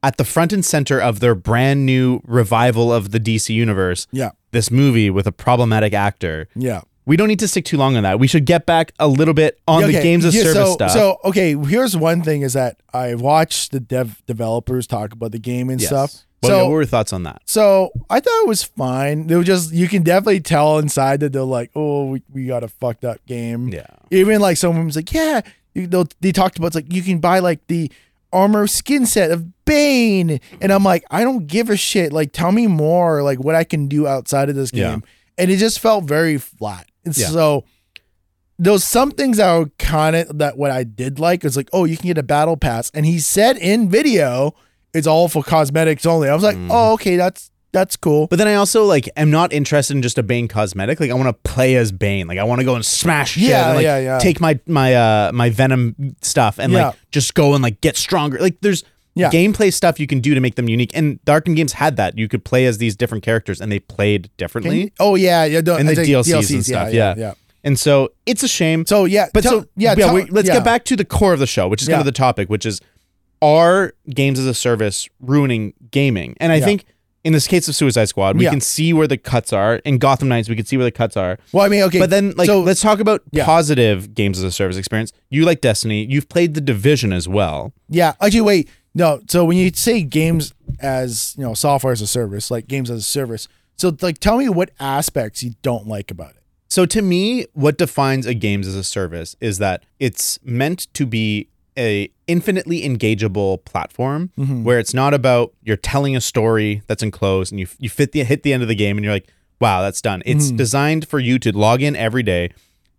at the front and center of their brand new revival of the DC universe. Yeah. This movie with a problematic actor. Yeah. We don't need to stick too long on that. We should get back a little bit on the Okay, games of yeah, service so, stuff. So okay, here's one thing is that I watched the dev developers talk about the game and Yes. stuff. What, so what were your thoughts on that? so I thought it was fine. They were just you can definitely tell inside that they're like, oh, we, we got a fucked up game. Yeah. Even like someone was like, yeah, you know, they talked about it's like you can buy like the armor skin set of Bane, and I'm like, I don't give a shit. Like, tell me more, like what I can do outside of this game, Yeah. and it just felt very flat. And Yeah. so those some things that were kind of that what I did like is like, oh, you can get a battle pass, and he said in video it's all for cosmetics only. I was like, Mhm. oh, okay, that's that's cool. But then I also like am not interested in just a Bane cosmetic. Like I want to play as Bane. Like I want to go and smash shit. Yeah, and, like, yeah, yeah. Take my my uh my Venom stuff and Yeah. like just go and like get stronger. Like there's Yeah. gameplay stuff you can do to make them unique. And the Arkham games had that. You could play as these different characters and they played differently. Oh yeah, yeah. do and the DLCs, and stuff. Yeah, yeah. And so it's a shame. So yeah, But tell- so yeah, tell- we, let's yeah. get back to the core of the show, which is kind Yeah. of the topic, which is are games as a service ruining gaming? And I Yeah. think in this case of Suicide Squad, we Yeah. can see where the cuts are. In Gotham Knights, we can see where the cuts are. Well, I mean, okay, But then, like, so- let's talk about Yeah. positive games as a service experience. You like Destiny. You've played The Division as well. Yeah. Actually, wait. No. So when you say games as you know, software as a service, like games as a service. So like, tell me what aspects you don't like about it. So to me, what defines a games as a service is that it's meant to be a infinitely engageable platform Hmm. where it's not about you're telling a story that's enclosed and you you fit the hit the end of the game and you're like, wow, that's done. It's Hmm. designed for you to log in every day,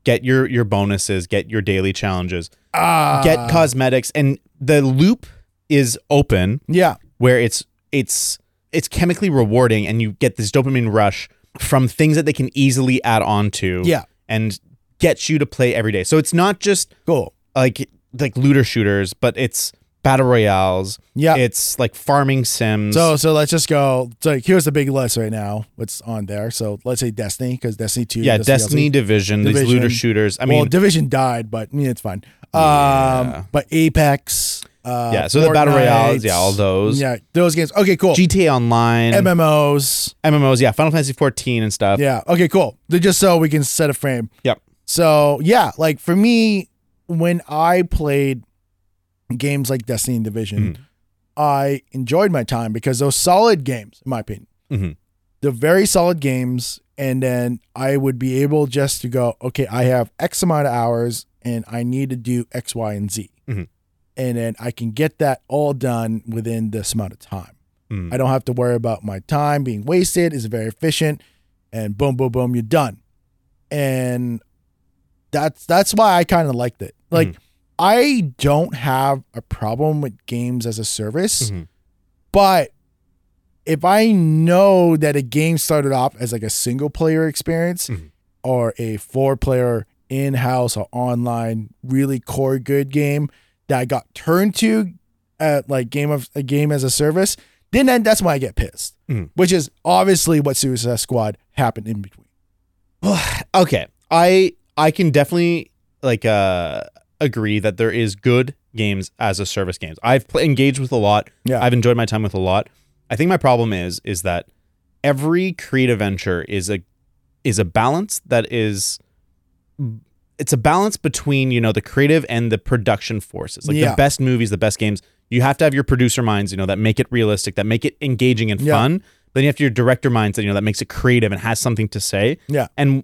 get your your bonuses, get your daily challenges, Ah. get cosmetics, and the loop is open yeah. where it's it's it's chemically rewarding and you get this dopamine rush from things that they can easily add on to Yeah. and get you to play every day. So it's not just Cool. like like looter shooters, but it's battle royales. Yeah. It's like farming sims. Uh, so so let's just go. So like, here's the big list right now. What's on there? So let's say Destiny because Destiny two. yeah, Destiny. Destiny, Division, these Division. looter shooters. I well, mean, Division died, but I mean, it's fine. Um, Yeah. but Apex. Uh, yeah. So the battle Fortnite, royales, yeah, all those. Yeah, those games. Okay, cool. GTA Online, MMOs. MMOs, yeah, Final Fantasy 14 and stuff. Yeah. Okay, cool. They're just so we can set a frame. Yep. So yeah, like for me, when I played games like Destiny and Division, I enjoyed my time because those solid games, in my opinion, Mhm. they're very solid games. And then I would be able just to go, okay, I have X amount of hours, and I need to do X, Y, and Z, Mhm. and then I can get that all done within this amount of time. Mm. I don't have to worry about my time being wasted. It's very efficient, and boom, boom, boom, you're done. And that's that's why I kind of liked it. Like, I don't have a problem with games as a service, Mhm. but if I know that a game started off as like a single player experience Mhm. or a four player in house or online really core good game that I got turned to at like game of a game as a service, then that, that's when I get pissed. Mhm. Which is obviously what Suicide Squad happened in between. okay i i can definitely like uh agree that there is good games as a service games i've pl- engaged with a lot Yeah. i've enjoyed my time with a lot i think my problem is is that every creative venture is a is a balance that is it's a balance between you know the creative and the production forces like Yeah. the best movies the best games you have to have your producer minds you know that make it realistic that make it engaging and Yeah. fun then you have to your director minds that you know that makes it creative and has something to say Yeah. and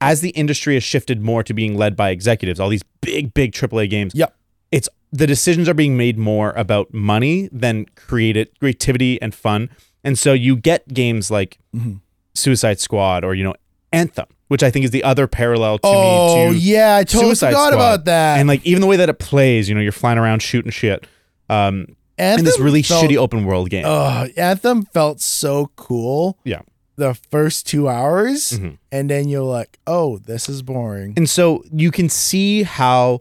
as the industry has shifted more to being led by executives, all these big, big AAA games. Yep. It's the decisions are being made more about money than created creativity and fun. And so you get games like Mhm. Suicide Squad or, you know, Anthem, which I think is the other parallel to oh me to yeah, I totally Suicide forgot Squad. about that. and like even the way that it plays, you know, you're flying around shooting shit. Um Anthem in this really felt- shitty open world game. Oh, Anthem felt so cool. Yeah. The first two hours, Mhm. and then you're like, "Oh, this is boring." And so you can see how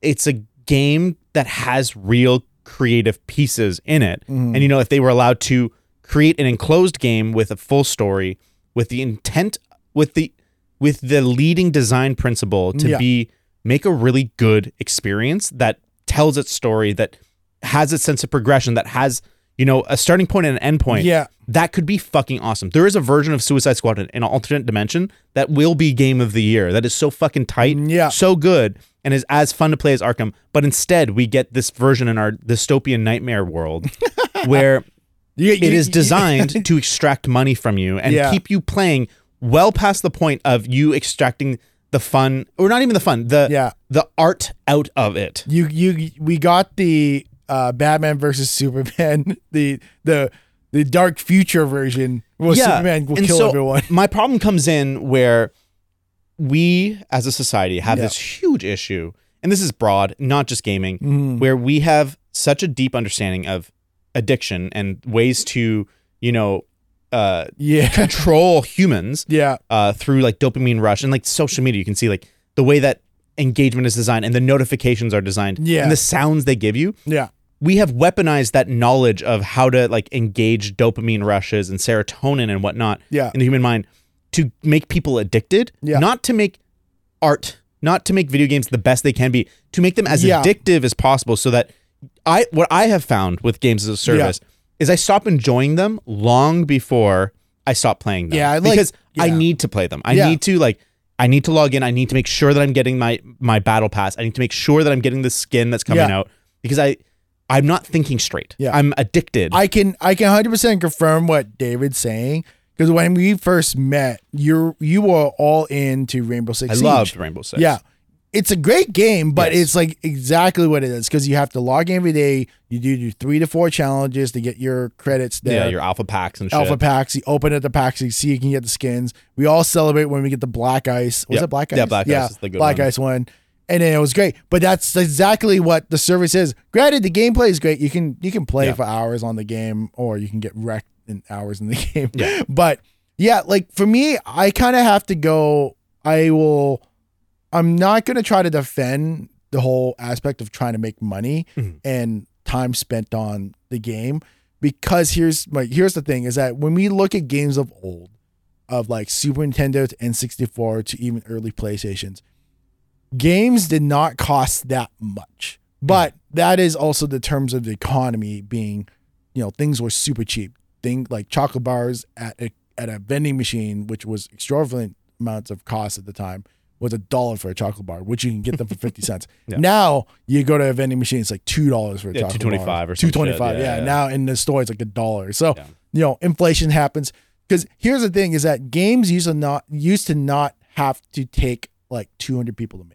it's a game that has real creative pieces in it. Mhm. And you know, if they were allowed to create an enclosed game with a full story, with the intent, with the with the leading design principle to Yeah. be make a really good experience that tells its story, that has its sense of progression, that has you know a starting point and an end point. Yeah. That could be fucking awesome. There is a version of Suicide Squad in an alternate dimension that will be game of the year. That is so fucking tight, Yeah. so good, and is as fun to play as Arkham. But instead, we get this version in our dystopian nightmare world where You- you- it is designed to extract money from you and Yeah. keep you playing well past the point of you extracting the fun or not even the fun, the Yeah. the art out of it. You you we got the uh, Batman versus Superman, the the the dark future version. Well, Oh, Superman will and kill so everyone. My problem comes in where we as a society have Yeah. this huge issue, and this is broad, not just gaming, Mhm. where we have such a deep understanding of addiction and ways to, you know, uh, Yeah. control humans Yeah. uh, through like dopamine rush and like social media. You can see like the way that engagement is designed and the notifications are designed Yeah. and the sounds they give you. Yeah. We have weaponized that knowledge of how to like engage dopamine rushes and serotonin and whatnot Yeah. uh, in the human mind to make people addicted, Yeah. not to make art, not to make video games the best they can be, to make them as Yeah. addictive as possible so that I what I have found with games as a service is I stop enjoying them long before I stop playing them. Yeah, I like- because I yeah. need to play them. I Yeah. need to like I need to log in. I need to make sure that I'm getting my my battle pass. I need to make sure that I'm getting the skin that's coming Yeah. out because I I'm not thinking straight. Yeah. I'm addicted. I can I can hundred percent confirm what David's saying because when we first met, you're you were all into Rainbow Six. I Siege. loved Rainbow Six. Yeah. It's a great game, but Yes. it's like exactly what it is because you have to log in every day. You do, do three to four challenges to get your credits there. Yeah, your alpha packs and Alpha shit. packs, you open up the packs, you see you can get the skins. We all celebrate when we get the black ice. Was Yeah. it black ice? Yeah, Black Ice is the good black one. ice one. And then it was great. But that's exactly what the service is. Granted, the gameplay is great. You can you can play Yeah. for hours on the game or you can get wrecked in hours in the game. Yeah. But yeah, like for me, I kind of have to go. I will I'm not going to try to defend the whole aspect of trying to make money Mhm. and time spent on the game because here's my here's the thing is that when we look at games of old of like Super Nintendo to N64 to even early PlayStations games did not cost that much but that is also the terms of the economy being you know things were super cheap thing like chocolate bars at a, at a vending machine which was exorbitant amounts of cost at the time was a dollar for a chocolate bar which you can get them for 50 cents Yeah. now you go to a vending machine it's like two dollars for a Yeah, chocolate $2.25 bar. or some shit. 225 Yeah, yeah, yeah. now in the store it's like a dollar so Yeah. you know inflation happens because here's the thing is that games used to not used to not have to take like 200 people to make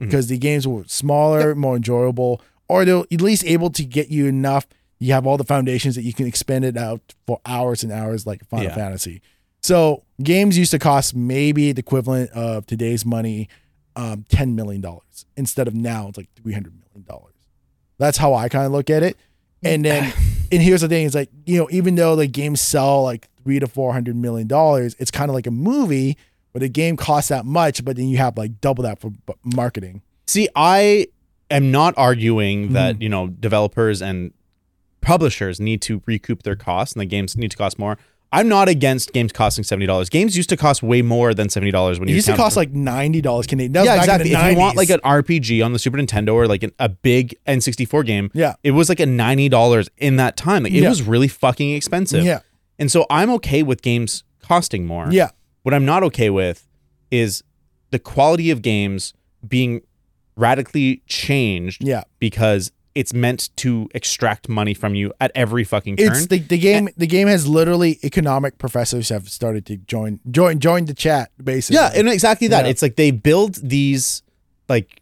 Mhm. because the games were smaller more enjoyable or they're at least able to get you enough you have all the foundations that you can expand it out for hours and hours like final Yeah. fantasy so games used to cost maybe the equivalent of today's money um, $10 million instead of now it's like $300 million that's how i kind of look at it and then and here's the thing is like you know even though the games sell like three to four hundred million dollars it's kind of like a movie where the game costs that much but then you have like double that for b- marketing See, I am not Mm-hmm. arguing that, you know, developers and publishers need to recoup their costs and the games need to cost more. I'm not against games costing $70. Games used to cost way more than $70 when it you used to count cost for- like ninety dollars canadian that was Yeah, back exactly. in the If you want 90s. like an RPG on the Super Nintendo or like an, a big N64 game, Yeah. it was like a $90 in that time. Like it Yeah. was really fucking expensive. yeah And so I'm okay with games costing more. yeah What I'm not okay with is the quality of games being radically changed yeah because it's meant to extract money from you at every fucking turn. it's the, the game the game has literally economic professors have started to join join join the chat basically yeah, and exactly that. Yeah. It's like they build these like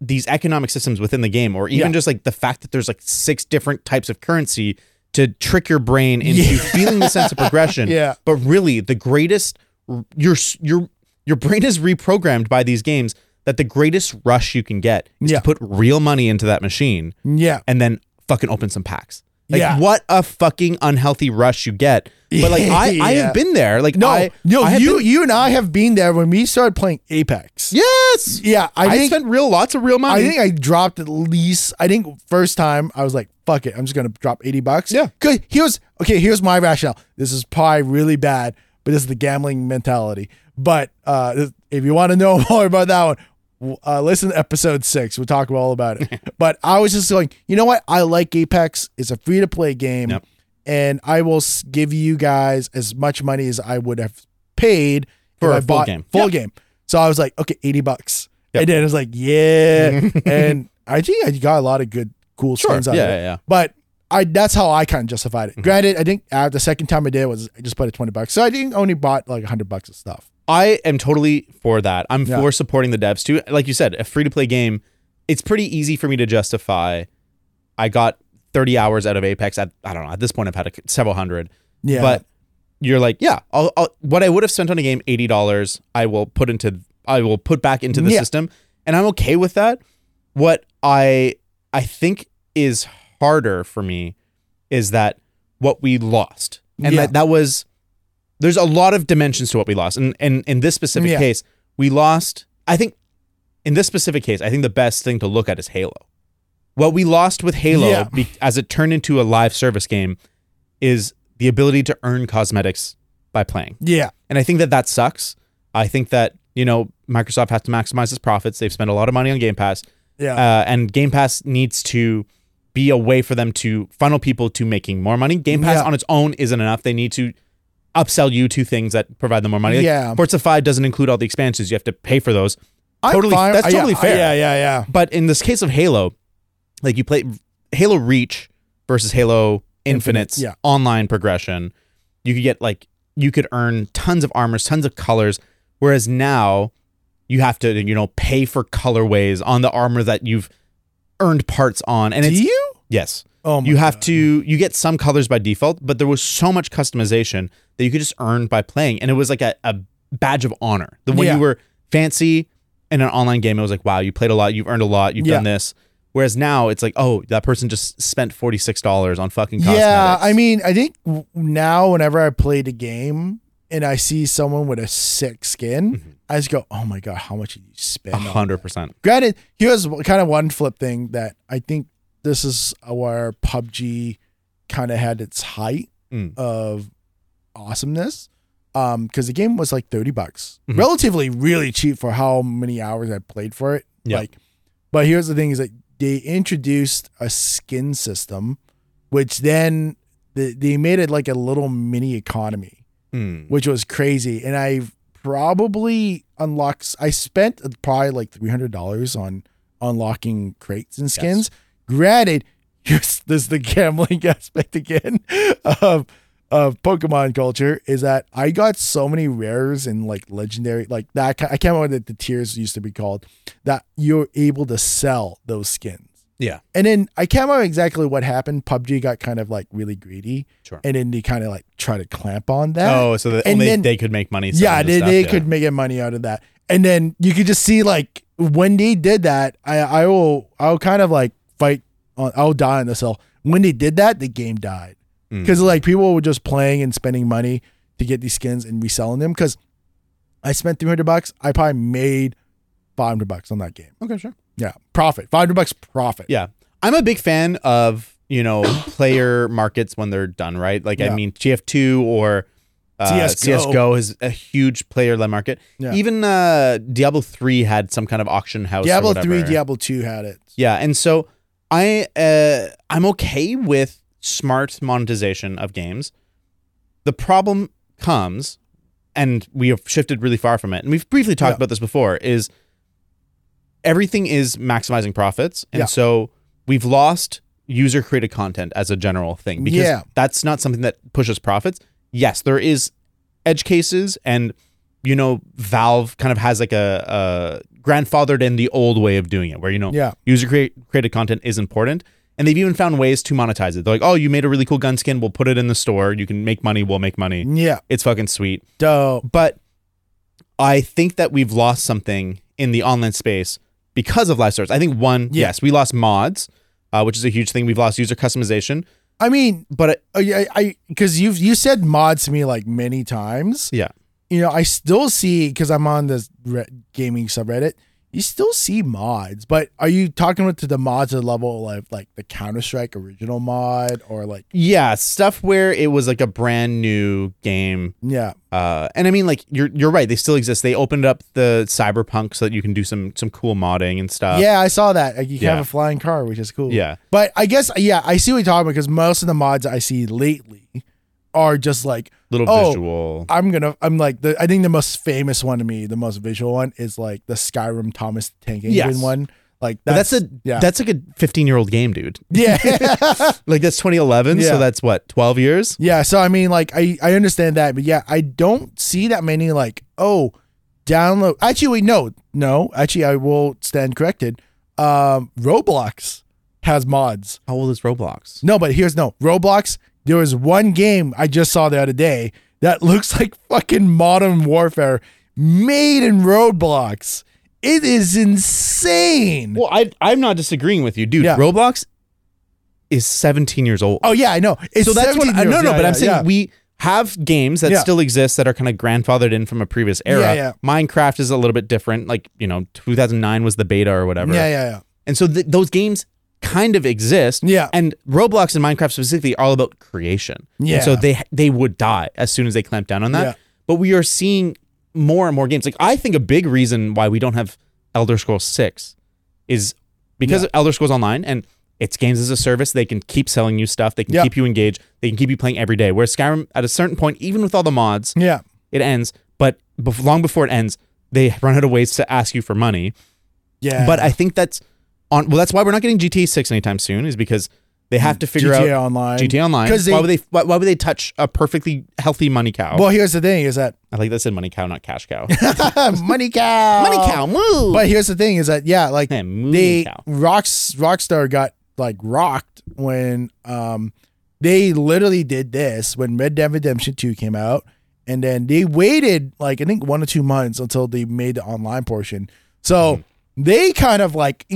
these economic systems within the game or even Yeah. just like the fact that there's like six different types of currency to trick your brain into Yeah. feeling the sense of progression. Yeah. But really the greatest your your your brain is reprogrammed by these games that the greatest rush you can get is Yeah. to put real money into that machine yeah and then fucking open some packs. Like Yeah. what a fucking unhealthy rush you get. But like I, I Yeah. have been there. Like no I, no I have you been- you and i have been there when we started playing apex yes. yeah i, I, think spent real lots of real money. I think I dropped at least. I think first time I was like, "Fuck it, I'm just gonna drop eighty bucks." Yeah. Cause here's okay. Here's my rationale. This is probably really bad, but this is the gambling mentality. But uh, this- if you want to know more about that one, w- uh, listen to episode six. We'll talk all about it. but I was just going, you know what? I like Apex. It's a free to play game, Yep. and I will s- give you guys as much money as I would have paid For if a I full bought- game. Full Yeah. game. So I was like, okay, 80 bucks. Yep. And then I was like, yeah. and I think I got a lot of good, cool skins out Yeah, Mm-hmm. of it. yeah, yeah. But I that's how I kind of justified it. Granted, I think uh, the second time I did was I just put it 20 bucks. So I think I only bought like 100 bucks of stuff. I am totally for that. I'm Yeah. for supporting the devs too. Like you said, a free to play game, it's pretty easy for me to justify. I got 30 hours out of Apex. At, I don't know. At this point, I've had a, several hundred. Yeah. But you're like, yeah, I'll, I'll, what I would have spent on a game, $80, I will put into, I will put back into the Yeah. system. And I'm okay with that. What I, I think is harder for me is that what we lost. And Yeah. that, that was there's a lot of dimensions to what we lost. And and in this specific Yeah. case, we lost I think in this specific case, I think the best thing to look at is Halo. What we lost with Halo Yeah. be, as it turned into a live service game is the ability to earn cosmetics by playing. Yeah. And I think that that sucks. I think that, you know, Microsoft has to maximize its profits. They've spent a lot of money on Game Pass Yeah. uh, and Game Pass needs to be a way for them to funnel people to making more money. Game Pass Yeah. on its own isn't enough. They need to upsell you to things that provide them more money. Like, Yeah. Forza 5 doesn't include all the expansions. You have to pay for those. Um, I'm totally- fine- that's uh, yeah, totally uh, fair. Yeah, yeah, yeah. But in this case of Halo, like you play Halo Reach versus Halo Infinite's Infinite, online progression, you could get like you could earn tons of armors, tons of colors. Whereas now you have to, you know, pay for colorways on the armor that you've earned parts on. And it's Do you? yes Oh my you have God. to you get some colors by default but there was so much customization that you could just earn by playing and it was like a, a badge of honor the when Yeah. you were fancy in an online game it was like wow you played a lot you've earned a lot you've Yeah. done this whereas now it's like oh that person just spent $46 on fucking cosmetics Yeah, I mean, I think w- now whenever I play the game and I see someone with a sick skin, Mm-hmm. I just go, "Oh my god, how much did you spend?" on 100% granted, here's kind of one flip thing that I think this is where PUBG kind of had its height Mm. of awesomeness. Um, because the game was like 30 bucks, Mhm. relatively really cheap for how many hours I played for it. Yeah. Like, but here's the thing is that they introduced a skin system, which then the, they made it like a little mini economy Mm. which was crazy. And I probably unlocked. I spent uh, probably like three hundred dollars on unlocking crates and skins. Granted, yes, there's the gambling aspect again of of Pokemon culture is that I got so many rares and like legendary like that. ki- I can't remember what the tiers used to be called. That you're able to sell those skins. Yeah. And then I can't remember exactly what happened. PUBG got kind of like really greedy. Sure. And then they kind of like try to clamp on that oh so that and only then- they could make money yeah, selling they, this stuff, they yeah. could make money out of that. And then you could just see like when they did that, I I will I'll kind of like fight on I'll die on this hill. When they did that, the game died Mm. because like people were just playing and spending money to get these skins and reselling them. Because I spent three hundred bucks, I probably made five hundred bucks on that game. okay sure Yeah, profit five hundred bucks profit. Yeah. I'm a big fan of, you know, player markets when they're done right. Like, I Yeah. mean, GF2 or uh, CS:GO. CSGO is a huge player led market. Yeah. Even uh, Diablo 3 had some kind of auction house. or Diablo three, whatever. Diablo two had it. Yeah. And so I, uh, I'm okay with smart monetization of games. The problem comes, and we have shifted really far from it. And we've briefly talked Yeah. about this before is everything is maximizing profits. And Yeah. so we've lost user created content as a general thing because Yeah. that's not something that pushes profits. Yes, there is edge cases and you know Valve kind of has like a, a grandfathered in the old way of doing it where you know Yeah. user create, created content is important and they've even found ways to monetize it. They're like, "Oh, you made a really cool gun skin, we'll put it in the store. You can make money, we'll make money." Yeah, It's fucking sweet dope. but I think that we've lost something in the online space because of live service. I think one, Yeah. yes, we lost mods, uh, which is a huge thing. We've lost user customization, I mean, but it, Oh, yeah, I because you've you said mods to me like many times. Yeah. you know I still see because I'm on this re- gaming subreddit. You still see mods, but are you talking about to the mods at the level of like the Counter Strike original mod or like yeah, stuff where it was like a brand new game. yeah Uh, and I mean, like you're you're right. They still exist. They opened up the cyberpunk so that you can do some some cool modding and stuff. yeah I saw that like you can Uh, yeah. have a flying car which is cool yeah, but I guess yeah I see what you're talking about because most of the mods I see lately are just like little Oh, visual. I'm gonna. I'm like the. I think the most famous one to me, the most visual one, is like the Skyrim Thomas the Tank Engine Yes. one. Like But that's, that's a yeah. that's like a 15 year old game, dude. yeah, Like that's 2011, so Yeah. that's what 12 years. yeah. So I mean, like I I understand that, but yeah, I don't see that many like oh, download. Actually, wait, no, no. Actually, I will stand corrected. Um, Roblox has mods. How old is Roblox? No, but here's no Roblox. There was one game I just saw the other day that looks like fucking Modern Warfare made in Roblox. It is insane. Well, I I'm not disagreeing with you, dude. Yeah. Roblox is 17 years old. Oh yeah, I know. It's so that's what 17 I, years. no no. Yeah, but yeah, I'm saying yeah. we have games that Yeah. still exist that are kind of grandfathered in from a previous era. Yeah, yeah. Minecraft is a little bit different. Like, you know, 2009 was the beta or whatever. Yeah, yeah, yeah. And so th- those games kind of exist. Yeah. And Roblox and Minecraft specifically are all about creation. Yeah. And so they they would die as soon as they clamp down on that. Yeah. But we are seeing more and more games. Like I think a big reason why we don't have Elder Scrolls 6 is because of Elder Scrolls Online and it's games as a service. They can keep selling you stuff. They can Yeah. keep you engaged. They can keep you playing every day. Whereas Skyrim, at a certain point, even with all the mods, Yeah. it ends. But bef- long before it ends, they run out of ways to ask you for money. Yeah. But I think that's on. Well, that's why we're not getting GTA Six anytime soon. Is because they have to figure GTA out Online. GTA Online. 'Cause why they- would they? Why, why would they touch a perfectly healthy money cow? Well, here's the thing is that I like that said money cow, not cash cow. Oh. money cow. money cow, moo. But here's the thing is that yeah, like Yeah, moo they eh, cow. rocks Rockstar got like rocked when um they literally did this when Red Dead Redemption 2 came out and then they waited like I think 1 or 2 months until they made the online portion. So they kind of like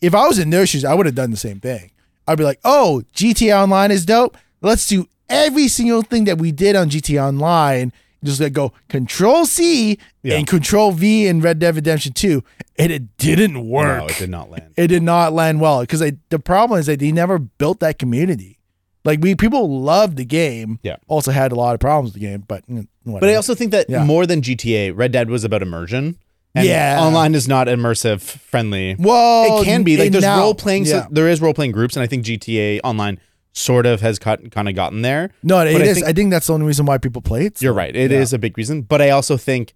if I was in their shoes, I would have done the same thing. I'd be like, "Oh, GTA Online is dope. Let's do every single thing that we did on GTA Online." Just like go Control C Yeah. and Control V in Red Dead Redemption 2, and it didn't work No, it did not land. it did not land well because the problem is that they never built that community. Like we people loved the game. Yeah. Also had a lot of problems with the game, but mm, whatever. But I also think that Yeah. more than GTA, Red Dead was about immersion. And Yeah. online is not immersive friendly. well, it can be like and there's now- role playing. Yeah. So there is role playing groups, and I think GTA Online sort of has cut, kind of gotten there. no, it but is. I I think- think, that's the only reason why people play it. You're right. It is Yeah. a big reason, but I also think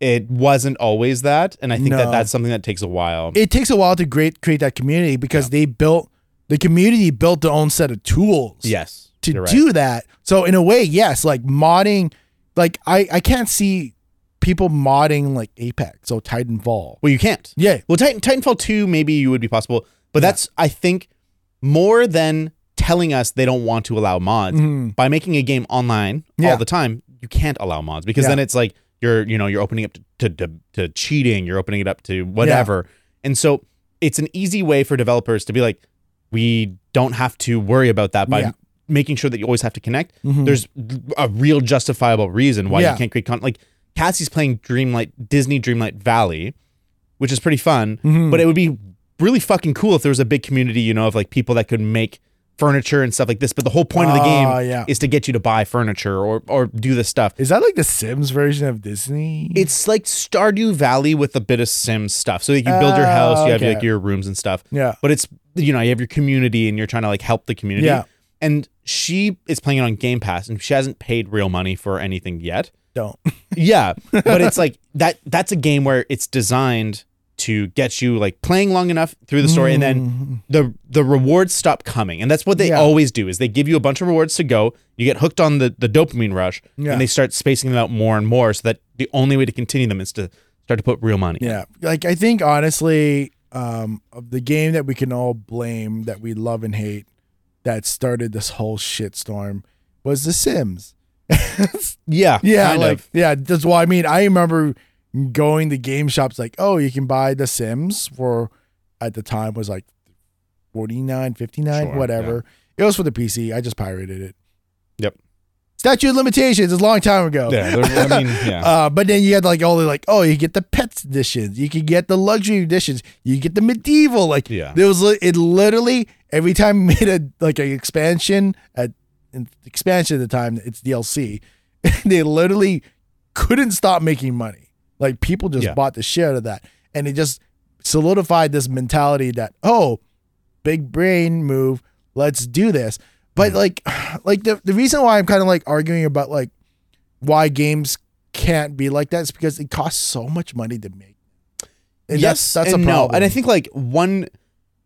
it wasn't always that, and I think that No. that's something that takes a while. It takes a while to create create that community because they built the community built their own set of tools. yes, to you're right. do that. So in a way, yes, like modding, like I I can't see people modding like Apex or Titanfall. Well, you can't. Yeah. Well, Titan, Titanfall two maybe you would be possible, but that's I think more than telling us they don't want to allow mods Mhm. by making a game online Yeah. all the time. You can't allow mods because Yeah. then it's like you're you know you're opening up to to, to, to cheating. You're opening it up to whatever, and so it's an easy way for developers to be like, we don't have to worry about that by. Yeah. Making sure that you always have to connect. Mhm. There's a real justifiable reason why Yeah. you can't create content. Like Cassie's playing Dreamlight Disney Dreamlight Valley, which is pretty fun. Mhm. But it would be really fucking cool if there was a big community, you know, of like people that could make furniture and stuff like this. But the whole point of the Ah, game yeah. is to get you to buy furniture or or do this stuff. Is that like the Sims version of Disney? It's like Stardew Valley with a bit of Sims stuff. So like you build your house, you Ah, have okay. like your rooms and stuff. yeah. But it's you know, you have your community and you're trying to like help the community. Yeah. And she is playing it on Game Pass and she hasn't paid real money for anything yet. Don't. Yeah, but it's like that. That's a game where it's designed to get you like playing long enough through the story, and then the the rewards stop coming. And that's what they Yeah. always do: is they give you a bunch of rewards to go. You get hooked on the the dopamine rush, Yeah. and they start spacing them out more and more, so that the only way to continue them is to start to put real money. Yeah. Like I think honestly, um, of the game that we can all blame that we love and hate that started this whole shitstorm was The Sims. yeah, Yeah, kind like of. yeah, that's why I mean I remember going to game shops like, oh, you can buy The Sims for at the time was like 49, 59, Sure, whatever. It was for the PC. I just pirated it. Yep. Statute of limitations is a long time ago. Yeah, there- I mean, yeah. Uh, but then you had like all the like, oh, you get the pets editions, you could get the luxury editions, you get the medieval. Like, Yeah. there was li- it literally every time we made a like an expansion at an expansion at the time, it's DLC. they literally couldn't stop making money. Like people just Yeah. bought the shit out of that, and it just solidified this mentality that oh, big brain move, let's do this. Hmm. But like, like the the reason why I'm kind of like arguing about like why games can't be like that is because it costs so much money to make. And yes, that's that's and a problem. No. And I think like one,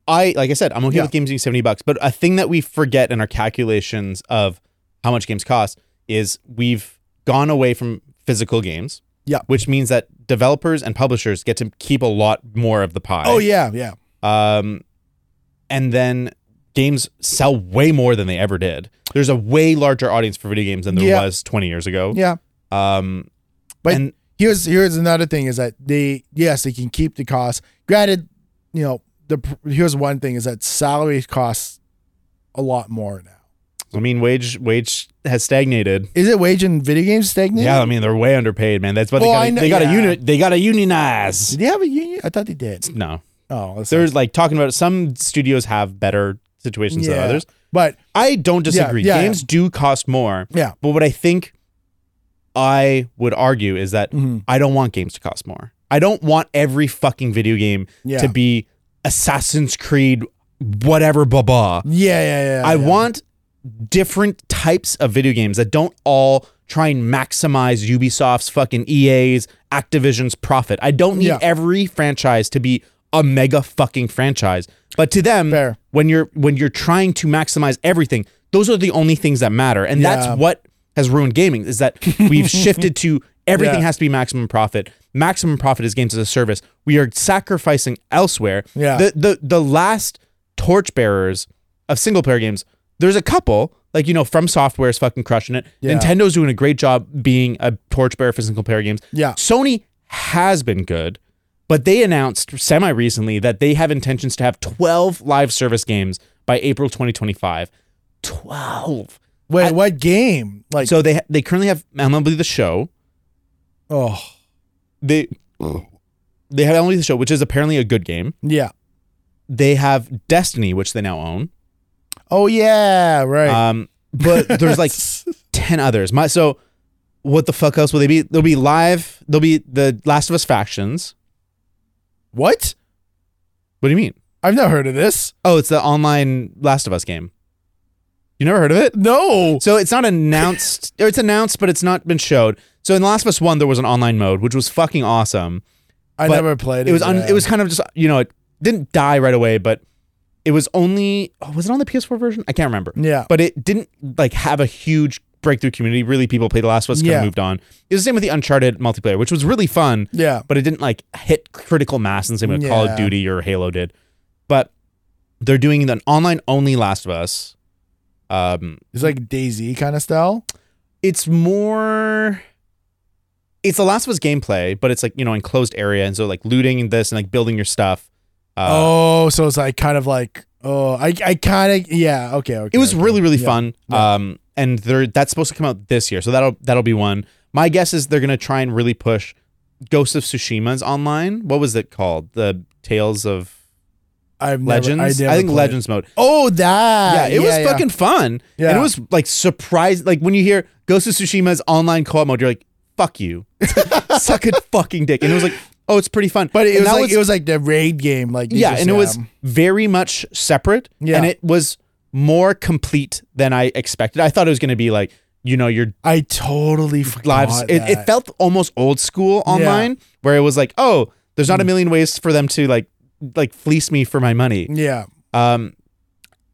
I like I said, I'm okay Yeah. with games being seventy bucks, but a thing that we forget in our calculations of how much games cost is we've gone away from physical games. Yeah. which means that developers and publishers get to keep a lot more of the pie. oh yeah, yeah. Um, and then games sell way more than they ever did. There's a way larger audience for video games than there Yeah. was 20 years ago. Yeah. Um, But and here's here's another thing is that they yes, they can keep the cost. Granted, you know, the pr- here's one thing is that salary costs a lot more now. I mean, wage wage has stagnated. Is it wage in video games stagnant? Yeah, I mean they're way underpaid, man. That's what Well, they I got. know- They got yeah. to unit. They got to unionize. Did they have a union? I thought they did. No, Oh, that's there's like talking about some studios have better situations than Yeah. others. But I don't disagree. yeah, yeah. Games do cost more. yeah, But what I think I would argue is that Mhm. I don't want games to cost more. I don't want every fucking video game Yeah. to be Assassin's Creed, whatever, blah blah. yeah, yeah, yeah. I yeah. want different types of video games that don't all try and maximize Ubisoft's fucking EA's Activision's profit. I don't need Yeah. every franchise to be a mega fucking franchise. But to them, Fair. when you're when you're trying to maximize everything, those are the only things that matter. And Yeah. that's what has ruined gaming is that we've shifted to everything Yeah. has to be maximum profit. Maximum profit is games as a service. We are sacrificing elsewhere. Yeah. The the the last torchbearers of single player games, there's a couple. Like, you know, from software is fucking crushing it. Yeah. Nintendo's doing a great job being a torchbearer for single player games. Yeah. Sony has been good, but they announced semi recently that they have intentions to have 12 live service games by April 2025. 12. Wait, what game? Like, So they they currently have MLB the show. oh, They they have MLB the show, which is apparently a good game. yeah. They have Destiny, which they now own. Oh yeah, right. Um, but there's like ten others. My so, what the fuck else will they be? They'll be live. They'll be the Last of Us factions. what? What do you mean? I've never heard of this. Oh, it's the online Last of Us game. You never heard of it? No. So it's not announced, or it's announced, but it's not been showed. So in Last of Us One, there was an online mode, which was fucking awesome. I but never played it. It was un, yeah. it was kind of just you know it didn't die right away, but it was only oh, was it on the PS4 version? I can't remember. Yeah. but it didn't like have a huge breakthrough community. Really, people played The Last of Us, kind Yeah. of moved on. It was the same with the Uncharted multiplayer, which was really fun, Yeah. but it didn't like hit critical mass in the same way Call Yeah. of Duty or Halo did. But they're doing an online only Last of Us. Um, It's like Daisy kind of style. it's more. It's The Last of Us gameplay, but it's like you know enclosed area, and so like looting and this and like building your stuff. Uh, oh, so it's like kind of like oh, I I kind of yeah. Okay. Okay. it was okay. really really Yeah. fun um and they're that's supposed to come out this year so that'll that'll be one my guess is they're gonna try and really push ghost of tsushima's online what was it called the tales of I've never, legends I, never I, think played it. legends mode Oh, that. Uh, yeah it was fucking fun Yeah. and it was like surprise like when you hear ghost of tsushima's online co-op mode you're like fuck you suck a fucking dick and it was like oh it's pretty fun But it And was that like it was like the raid game. Like you yeah, just, and it was very much separate, Yeah. and it was more complete than I expected. I thought it was going to be like you know your I totally forgot lives. It, that. it felt almost old school online, where it was like, oh, there's Mm. not a million ways for them to like like fleece me for my money. yeah. Um,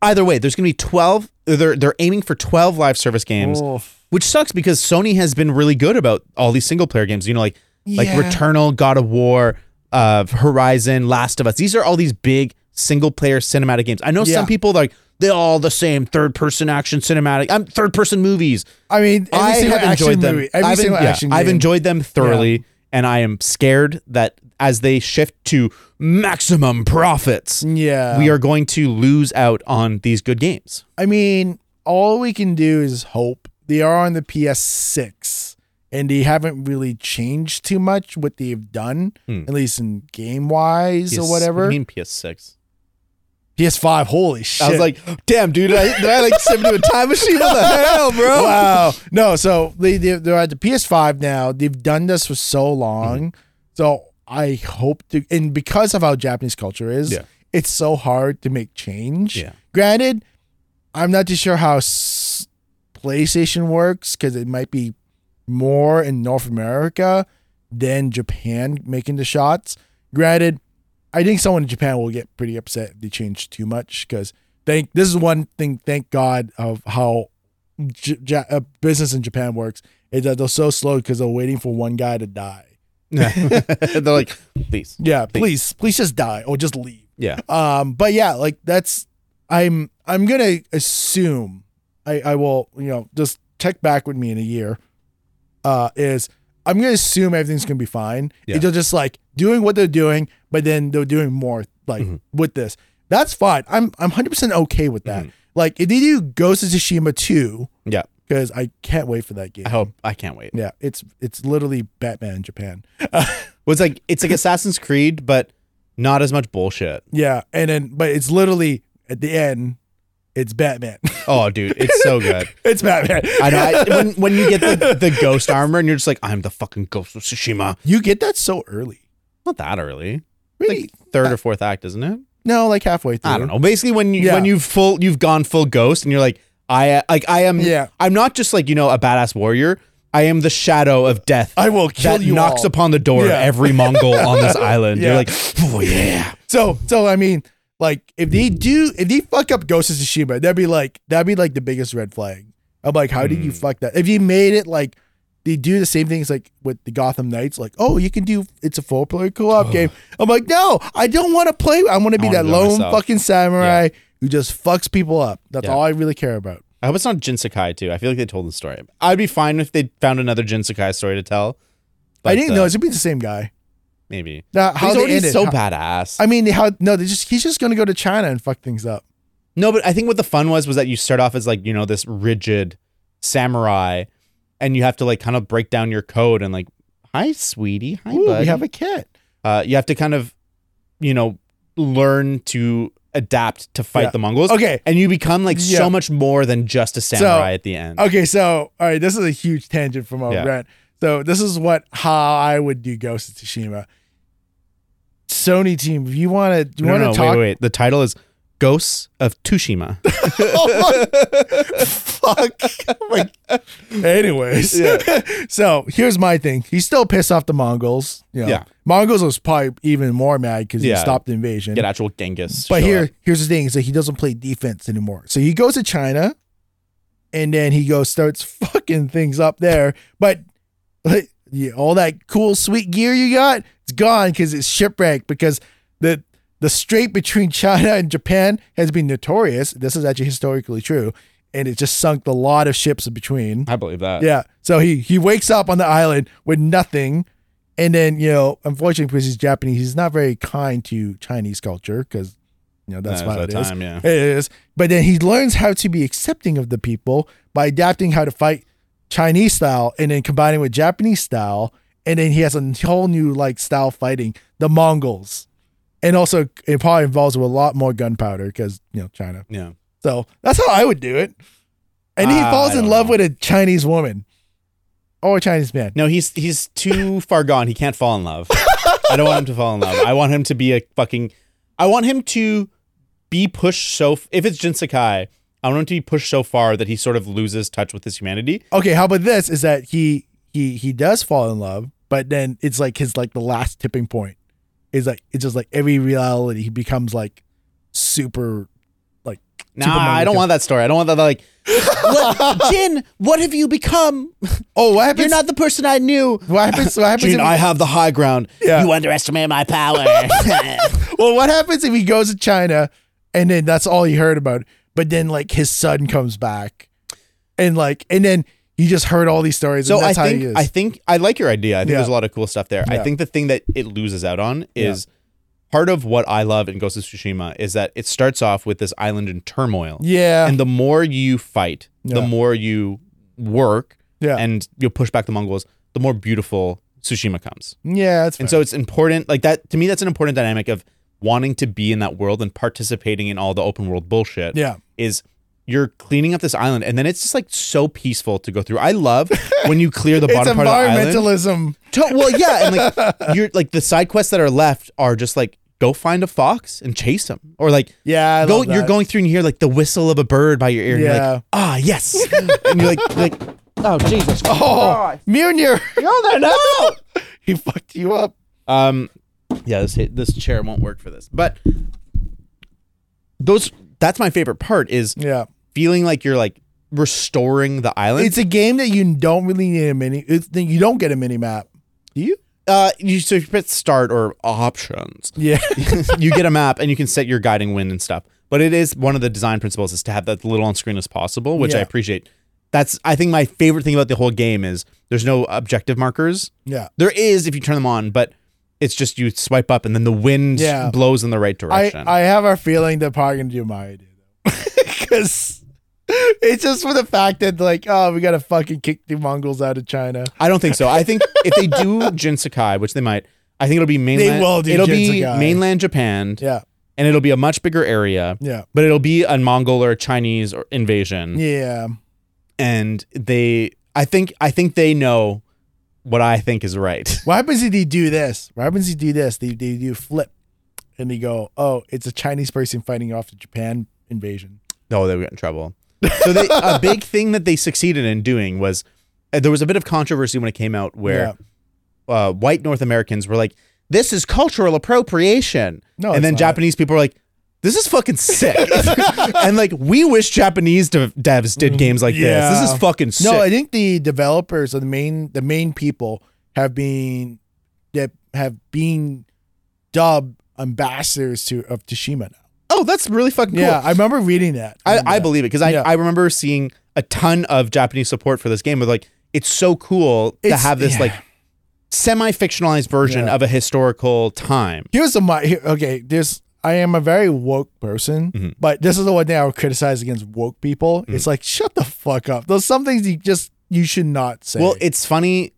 either way, there's going to be twelve. They're they're aiming for twelve live service games, Oof. which sucks because Sony has been really good about all these single player games. You know, like like Yeah. Returnal, God of War, uh, Horizon, Last of Us. These are all these big single player cinematic games. I know Yeah. some people like they're all the same third person action cinematic. I'm third person movies. I mean, every I single have action enjoyed them. Movie, every I've, en- single yeah, action. I've game. enjoyed them thoroughly, and I am scared that as they shift to maximum profits, Yeah. we are going to lose out on these good games. I mean, all we can do is hope. They are on the PS6 and they haven't really changed too much what they've done, Hmm. at least in game wise PS or whatever. I mean PS6. PS5, holy shit. I was like, damn, dude, did I, did I like step into a time machine? What the hell, bro? wow. No, so they, they, they're at the PS5 now. They've done this for so Hmm. long. So I hope to, and because of how Japanese culture is, Yeah. it's so hard to make change. Yeah. Granted, I'm not too sure how s- PlayStation works because it might be more in North America than Japan making the shots. Granted, I think someone in Japan will get pretty upset if they change too much because thank this is one thing. Thank God of how J- ja uh, business in Japan works is that they're so slow because they're waiting for one guy to die. They're like, please. Yeah, please, please just die or just leave. Yeah. Um, but yeah, like that's I'm I'm gonna assume I I will you know just check back with me in a year. Uh, is I'm gonna assume everything's gonna be fine. Yeah. They're just like doing what they're doing, but then they're doing more like Mm-hmm. with this. That's fine. I'm I'm 100 percent okay with that. Like if they do Ghost of Tsushima two, Mm-hmm. Yeah. because I can't wait for that game. I hope I can't wait. Yeah, it's it's literally Batman Japan. Well, it's like it's like Assassin's Creed, but not as much bullshit. Yeah, and then but it's literally at the end, it's Batman. Oh, dude, it's so good. it's Batman. I know. I, when, when you get the, the ghost armor and you're just like, I'm the fucking ghost of Tsushima. you get that so early. Not that early. It's Really? like third or fourth act, isn't it? no, like halfway through. I don't know. Basically, when you Yeah. when you've full you've gone full ghost and you're like, I uh, like I am. Yeah. I'm not just like you know a badass warrior. I am the shadow of death. I will kill that you. knocks all. upon the door Yeah. of every Mongol on this island. Yeah. You're like, oh yeah. So so I mean, like if they do if they fuck up Ghost of Tsushima, that'd be like that'd be like the biggest red flag. I'm like, how did you Hmm. fuck that? If you made it like they do the same things like with the Gotham Knights, like, oh, you can do it's a four player co op game. I'm like, no, I don't want to play. I want to be wanna that do it lone myself. fucking samurai who just fucks people up. That's Yeah. all I really care about. I hope it's not Jinsekai too. I feel like they told the story. I'd be fine if they found another Jinsekai story to tell. I but, didn't uh, know it's gonna be the same guy. Maybe. Now, how he's they already ended, so how- badass. I mean, how no, they just he's just gonna go to China and fuck things up. no, but I think what the fun was was that you start off as like, you know, this rigid samurai and you have to like kind of break down your code and like, hi, sweetie. Hi, Ooh, buddy. we have a cat. uh, you have to kind of, you know, learn to adapt to fight Yeah. the Mongols. Okay, And you become like Yeah. so much more than just a samurai at the end. Okay, so all right, this is a huge tangent from our Yeah. rant. So this is what how I would do Ghost of Tsushima. Sony team, if you want to, do you No, want to no, talk? Wait, wait, wait. The title is Ghosts of Tsushima. Oh Fuck. Like, anyways, so here's my thing. He's still pissed off the Mongols. You know. Yeah. Mongols was probably even more mad because he Yeah. stopped the invasion. Get actual Genghis. But show here, up. here's the thing: is that he doesn't play defense anymore. So he goes to China, and then he goes starts fucking things up there. But like, yeah, all that cool, sweet gear you got, it's gone because it's shipwrecked. Because the the strait between China and Japan has been notorious. This is actually historically true, and it just sunk a lot of ships in between. I believe that. Yeah. So he he wakes up on the island with nothing. And then, you know, unfortunately because he's Japanese, he's not very kind to Chinese culture because you know that's That was what it that is. time, yeah. It is. But then he learns how to be accepting of the people by adapting how to fight Chinese style and then combining with Japanese style. And then he has a whole new like style fighting the Mongols. And also it probably involves with a lot more gunpowder because, you know, China. Yeah. So that's how I would do it. And he Ah, falls I in don't love know. with a Chinese woman or a Chinese man. No, he's he's too far gone. He can't fall in love. I don't want him to fall in love. I want him to be a fucking. I want him to be pushed so. f- If it's Jinsekai, I want him to be pushed so far that he sort of loses touch with his humanity. Okay, how about this? Is that he he he does fall in love, but then it's like his like the last tipping point is like it's just like every reality he becomes like super. Nah, Superman I don't would want that story. I don't want that. Like, what, Jin, what have you become? Oh, what happens? You're not the person I knew. what happens? What happens? Jin, if I have the high ground. Yeah. You underestimate my power. he, well, what happens if he goes to China, and then that's all he heard about? But then like his son comes back, and like and then you just heard all these stories. so and I that's how he think is. I think I like your idea. I think Yeah. there's a lot of cool stuff there. Yeah. I think the thing that it loses out on is part of what I love in Ghost of Tsushima is that it starts off with this island in turmoil. yeah, And the more you fight, the Yeah. more you work yeah, and you push back the Mongols, the more beautiful Tsushima comes. yeah. That's And fair. so it's important like that to me that's an important dynamic of wanting to be in that world and participating in all the open world bullshit yeah. is you're cleaning up this island and then it's just like so peaceful to go through. I love when you clear the It's bottom part of the island. environmentalism. To- well, yeah, and like you're like the side quests that are left are just like go find a fox and chase him or like Yeah, I go love you're that. going through and you hear like the whistle of a bird by your ear and you're Yeah. like ah yes and you're like like oh Jesus Oh, Mjolnir, no no he fucked you up. um yeah this hit, this chair won't work for this but those that's my favorite part is Yeah, feeling like you're like restoring the island it's a game that you don't really need a mini. It's, that you don't get a mini map. Do you? uh you so if you press start or options Yeah, you get a map and you can set your guiding wind and stuff. But it is one of the design principles is to have that little on screen as possible, which I Yeah. appreciate. That's I think my favorite thing about the whole game is there's no objective markers. yeah. There is if you turn them on, but it's just you swipe up and then the wind Yeah. blows in the right I direction. I have a feeling they're probably gonna do my idea though, because It's just for the fact that like, oh, we gotta fucking kick the Mongols out of China. I don't think so. I think if they do Jin Sakai, which they might, I think it'll be mainland. will do it'll Jin be Sakai. mainland Japan, Yeah, and it'll be a much bigger area. yeah, But it'll be a Mongol or Chinese or invasion, yeah. and they. I think I think they know what I think is right. What happens if they do this? What happens if they do this? They they do flip, and they go, oh, it's a Chinese person fighting off the Japan invasion. Oh, they got in trouble. So they, a big thing that they succeeded in doing was uh, there was a bit of controversy when it came out where uh, white North Americans were like, "This is cultural appropriation," No, Oh, it's and then not. Japanese people were like, "This is fucking sick," and like we wish Japanese dev- devs did games like this. This Mm-hmm. Yeah. is fucking sick. No, I think the developers or the main the main people have been that have been dubbed ambassadors to of Tsushima now. oh, that's really fucking cool. Yeah, I remember reading that. I, I believe it because I, Mm, Yeah. I remember seeing a ton of Japanese support for this game. With like, it's so cool to It's- have this yeah. like semi fictionalized version Yeah. of a historical time. here's a my here, okay. There's I am a very woke person, Mhm. but this is the one thing I would criticize against woke people. Mm-hmm. It's like shut the fuck up. There's some things you just you should not say. Well, it's funny.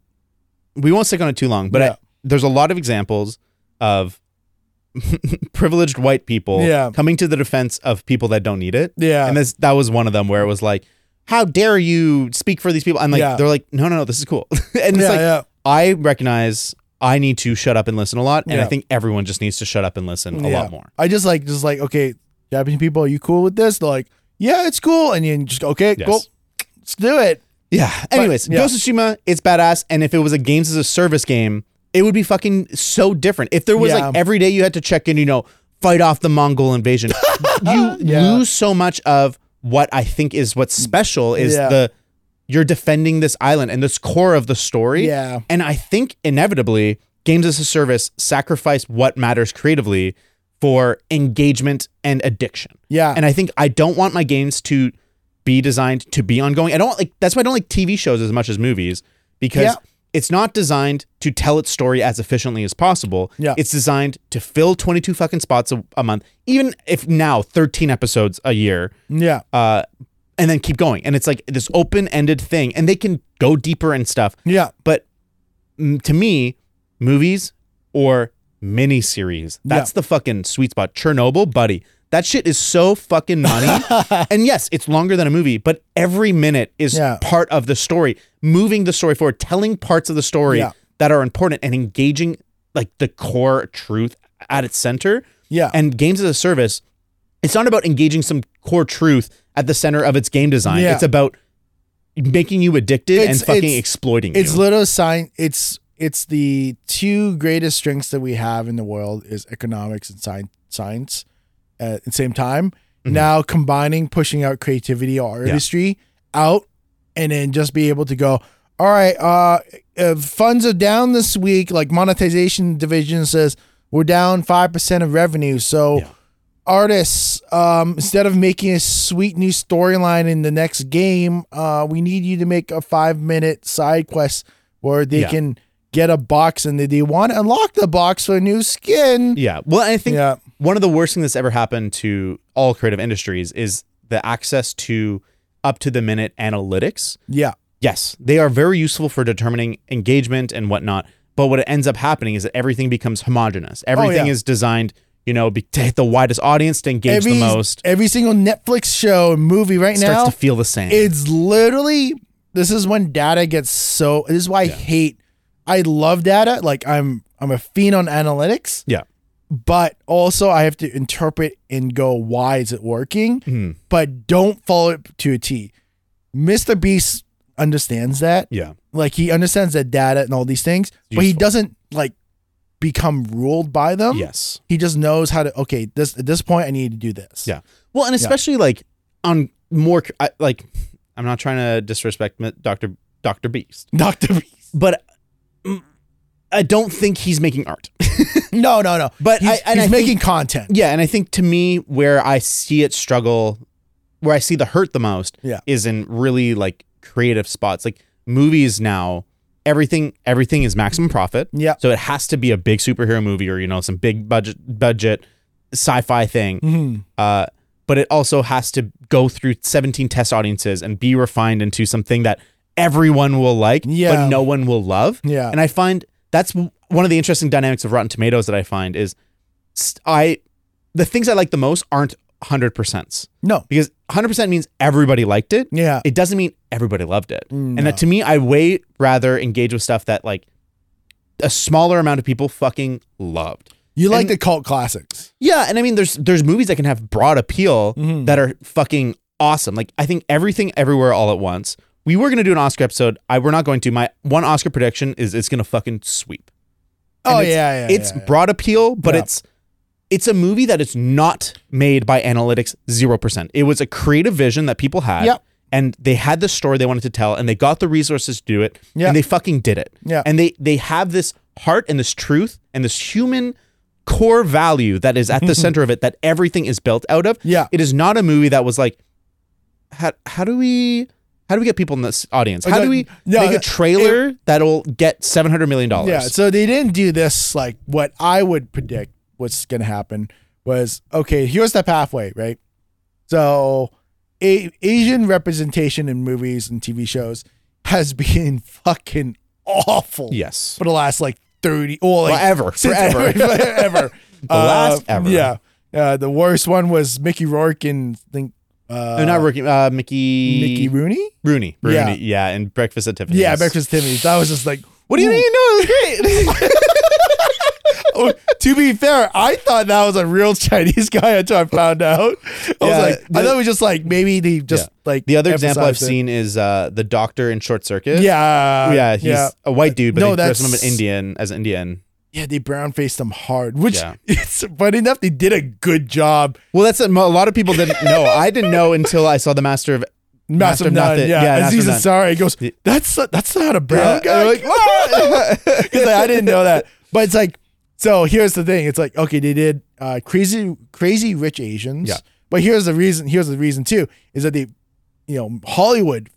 We won't stick on it too long, but Yeah. I, there's a lot of examples of privileged white people Yeah. coming to the defense of people that don't need it. yeah, And this that was one of them where it was like, "How dare you speak for these people?" And like Yeah. they're like, "No, no, no, this is cool." and it's yeah, like yeah. I recognize I need to shut up and listen a lot, and I Yeah. think everyone just needs to shut up and listen a Yeah. lot more. I just like just like okay, Japanese people, are you cool with this? They're like, yeah, it's cool, and you just go, okay, Yes. cool, let's do it. Yeah. Anyways, yeah. Ghost of Tsushima, it's badass, and if it was a games as a service game, it would be fucking so different. If there was Yeah. like every day you had to check in, you know, fight off the Mongol invasion, you Yeah. lose so much of what I think is what's special is Yeah. the you're defending this island and this core of the story. Yeah. And I think inevitably, games as a service sacrifice what matters creatively for engagement and addiction. Yeah. And I think I don't want my games to be designed to be ongoing. I don't like that's why I don't like TV shows as much as movies because Yeah. it's not designed to tell its story as efficiently as possible. Yeah. It's designed to fill 22 fucking spots a, a month, even if now 13 episodes a year. yeah. Uh and then keep going. And it's like this open-ended thing and they can go deeper and stuff. Yeah. But mm, to me, movies or miniseries, that's the fucking sweet spot. Chernobyl, buddy. That shit is so fucking nutty. and yes, it's longer than a movie, but every minute is Yeah. part of the story, moving the story forward, telling parts of the story Yeah. that are important and engaging like the core truth at its center. Yeah. And games as a service, it's not about engaging some core truth at the center of its game design. Yeah. It's about making you addicted and It's- fucking it's- exploiting you. It's little sign. It's it's the two greatest strengths that we have in the world is economics and science. Science at the same time. Mm-hmm. Now combining, pushing out creativity or artistry out, and then just be able to go. All right, uh, uh, funds are down this week. Like monetization division says, we're down five percent of revenue. So. Yeah. Artists, um, instead of making a sweet new storyline in the next game, uh, we need you to make a five minute side quest where they Yeah. can get a box and they, they want to unlock the box for a new skin. Yeah. Well, I think Yeah. one of the worst things that's ever happened to all creative industries is the access to up to the minute analytics. Yeah. Yes, they are very useful for determining engagement and whatnot. But what ends up happening is that everything becomes homogenous. Everything yeah. is designed, you know, be, to hit the widest audience, to engage Every the most. every single Netflix show and movie right It starts now, to feel the same. it's literally this is when data gets so. This is why I hate. I love data. Like I'm I'm a fiend on analytics. yeah. but also I have to interpret and go, why is it working? Hmm, But don't follow it to a T. Mr. Beast understands that. Yeah. Like he understands that data and all these things, but he Useful. doesn't like become ruled by them. yes. He just knows how to okay, this at this point I need to do this. Yeah. Well, and especially like on more I, like I'm not trying to disrespect Dr. Dr. Beast. Dr. Beast. but mm, I don't think he's making art. No, no, no. But he's, I- and he's I making content. yeah, and I think to me, where I see it struggle, where I see the hurt the most, Yeah. is in really like creative spots, like movies now. Everything, everything is maximum profit. Yeah. So it has to be a big superhero movie or you know some big budget budget sci-fi thing. Mhm. Uh, but but it also has to go through 17 test audiences and be refined into something that everyone will like, Yeah. but no one will love. Yeah. Uh, And I find that's w- one of the interesting dynamics of Rotten Tomatoes that I find is st- I the things I like the most aren't 100%s no. because 100% means everybody liked it. Yeah. It doesn't mean everybody loved it. And No. that to me, I way rather engage with stuff that like a smaller amount of people fucking loved. You like and- the cult classics. Yeah, and I mean, there's there's movies that can have broad appeal Mm-hmm. that are fucking awesome. Like I think everything, everywhere, all at once. We were gonna do an Oscar episode. I we're not going to. My one Oscar prediction is it's gonna fucking sweep. Oh it's- yeah, yeah. it's yeah, yeah. broad appeal, but Yeah. it's it's a movie that it's not made by analytics zero percent. It was a creative vision that people had. Yep. And they had the story they wanted to tell, and they got the resources to do it, Yeah. and they fucking did it. Yeah. And they they have this heart and this truth and this human core value that is at the center of it that everything is built out of. Yeah. It is not a movie that was like, how how do we how do we get people in this audience? How do we Exactly. Yeah, make a it- trailer that'll get seven hundred million dollars? Yeah, so they didn't do this like what I would predict what's going to happen was okay, here's the pathway, right? So a- Asian representation in movies and TV shows has been fucking awful Yes. for the last like 30 or like Forever, since forever. ever, forever. The last ever. Yeah. Uh, the worst one was Mickey Rourke and I think uh, No, not Ricky. Uh, Mickey. Mickey Rooney. Rooney. Rooney. Yeah. Yeah. and Breakfast at Tiffany's. Yeah, Breakfast at Tiffany's. That was just like, What do you ooh. mean? No, it's great. Oh, to be fair, I thought that was a real Chinese guy until I found out. I Yeah, was like, I the- thought it was just like maybe they just Yeah. like the other example I've emphasized it. seen is uh, the doctor in Short Circuit. Oh, Yeah, Yeah, he's a white dude, but No, no, they dress him up that's- an Indian as an Indian. yeah. They brown faced him hard, which Yeah. it's funny enough. They did a good job. Well, that's a, mo- a lot of people didn't know. I didn't know until I saw the Master of Master of None, yeah, yeah Aziz Master of None. Ansari he goes, that's that's not a brown Yeah, guy. I'm like, what? Because I didn't know that. But it's like, so here's the thing. It's like, okay, they did uh, crazy, crazy rich Asians. Yeah. But here's the reason. Here's the reason too is that they, you know, Hollywood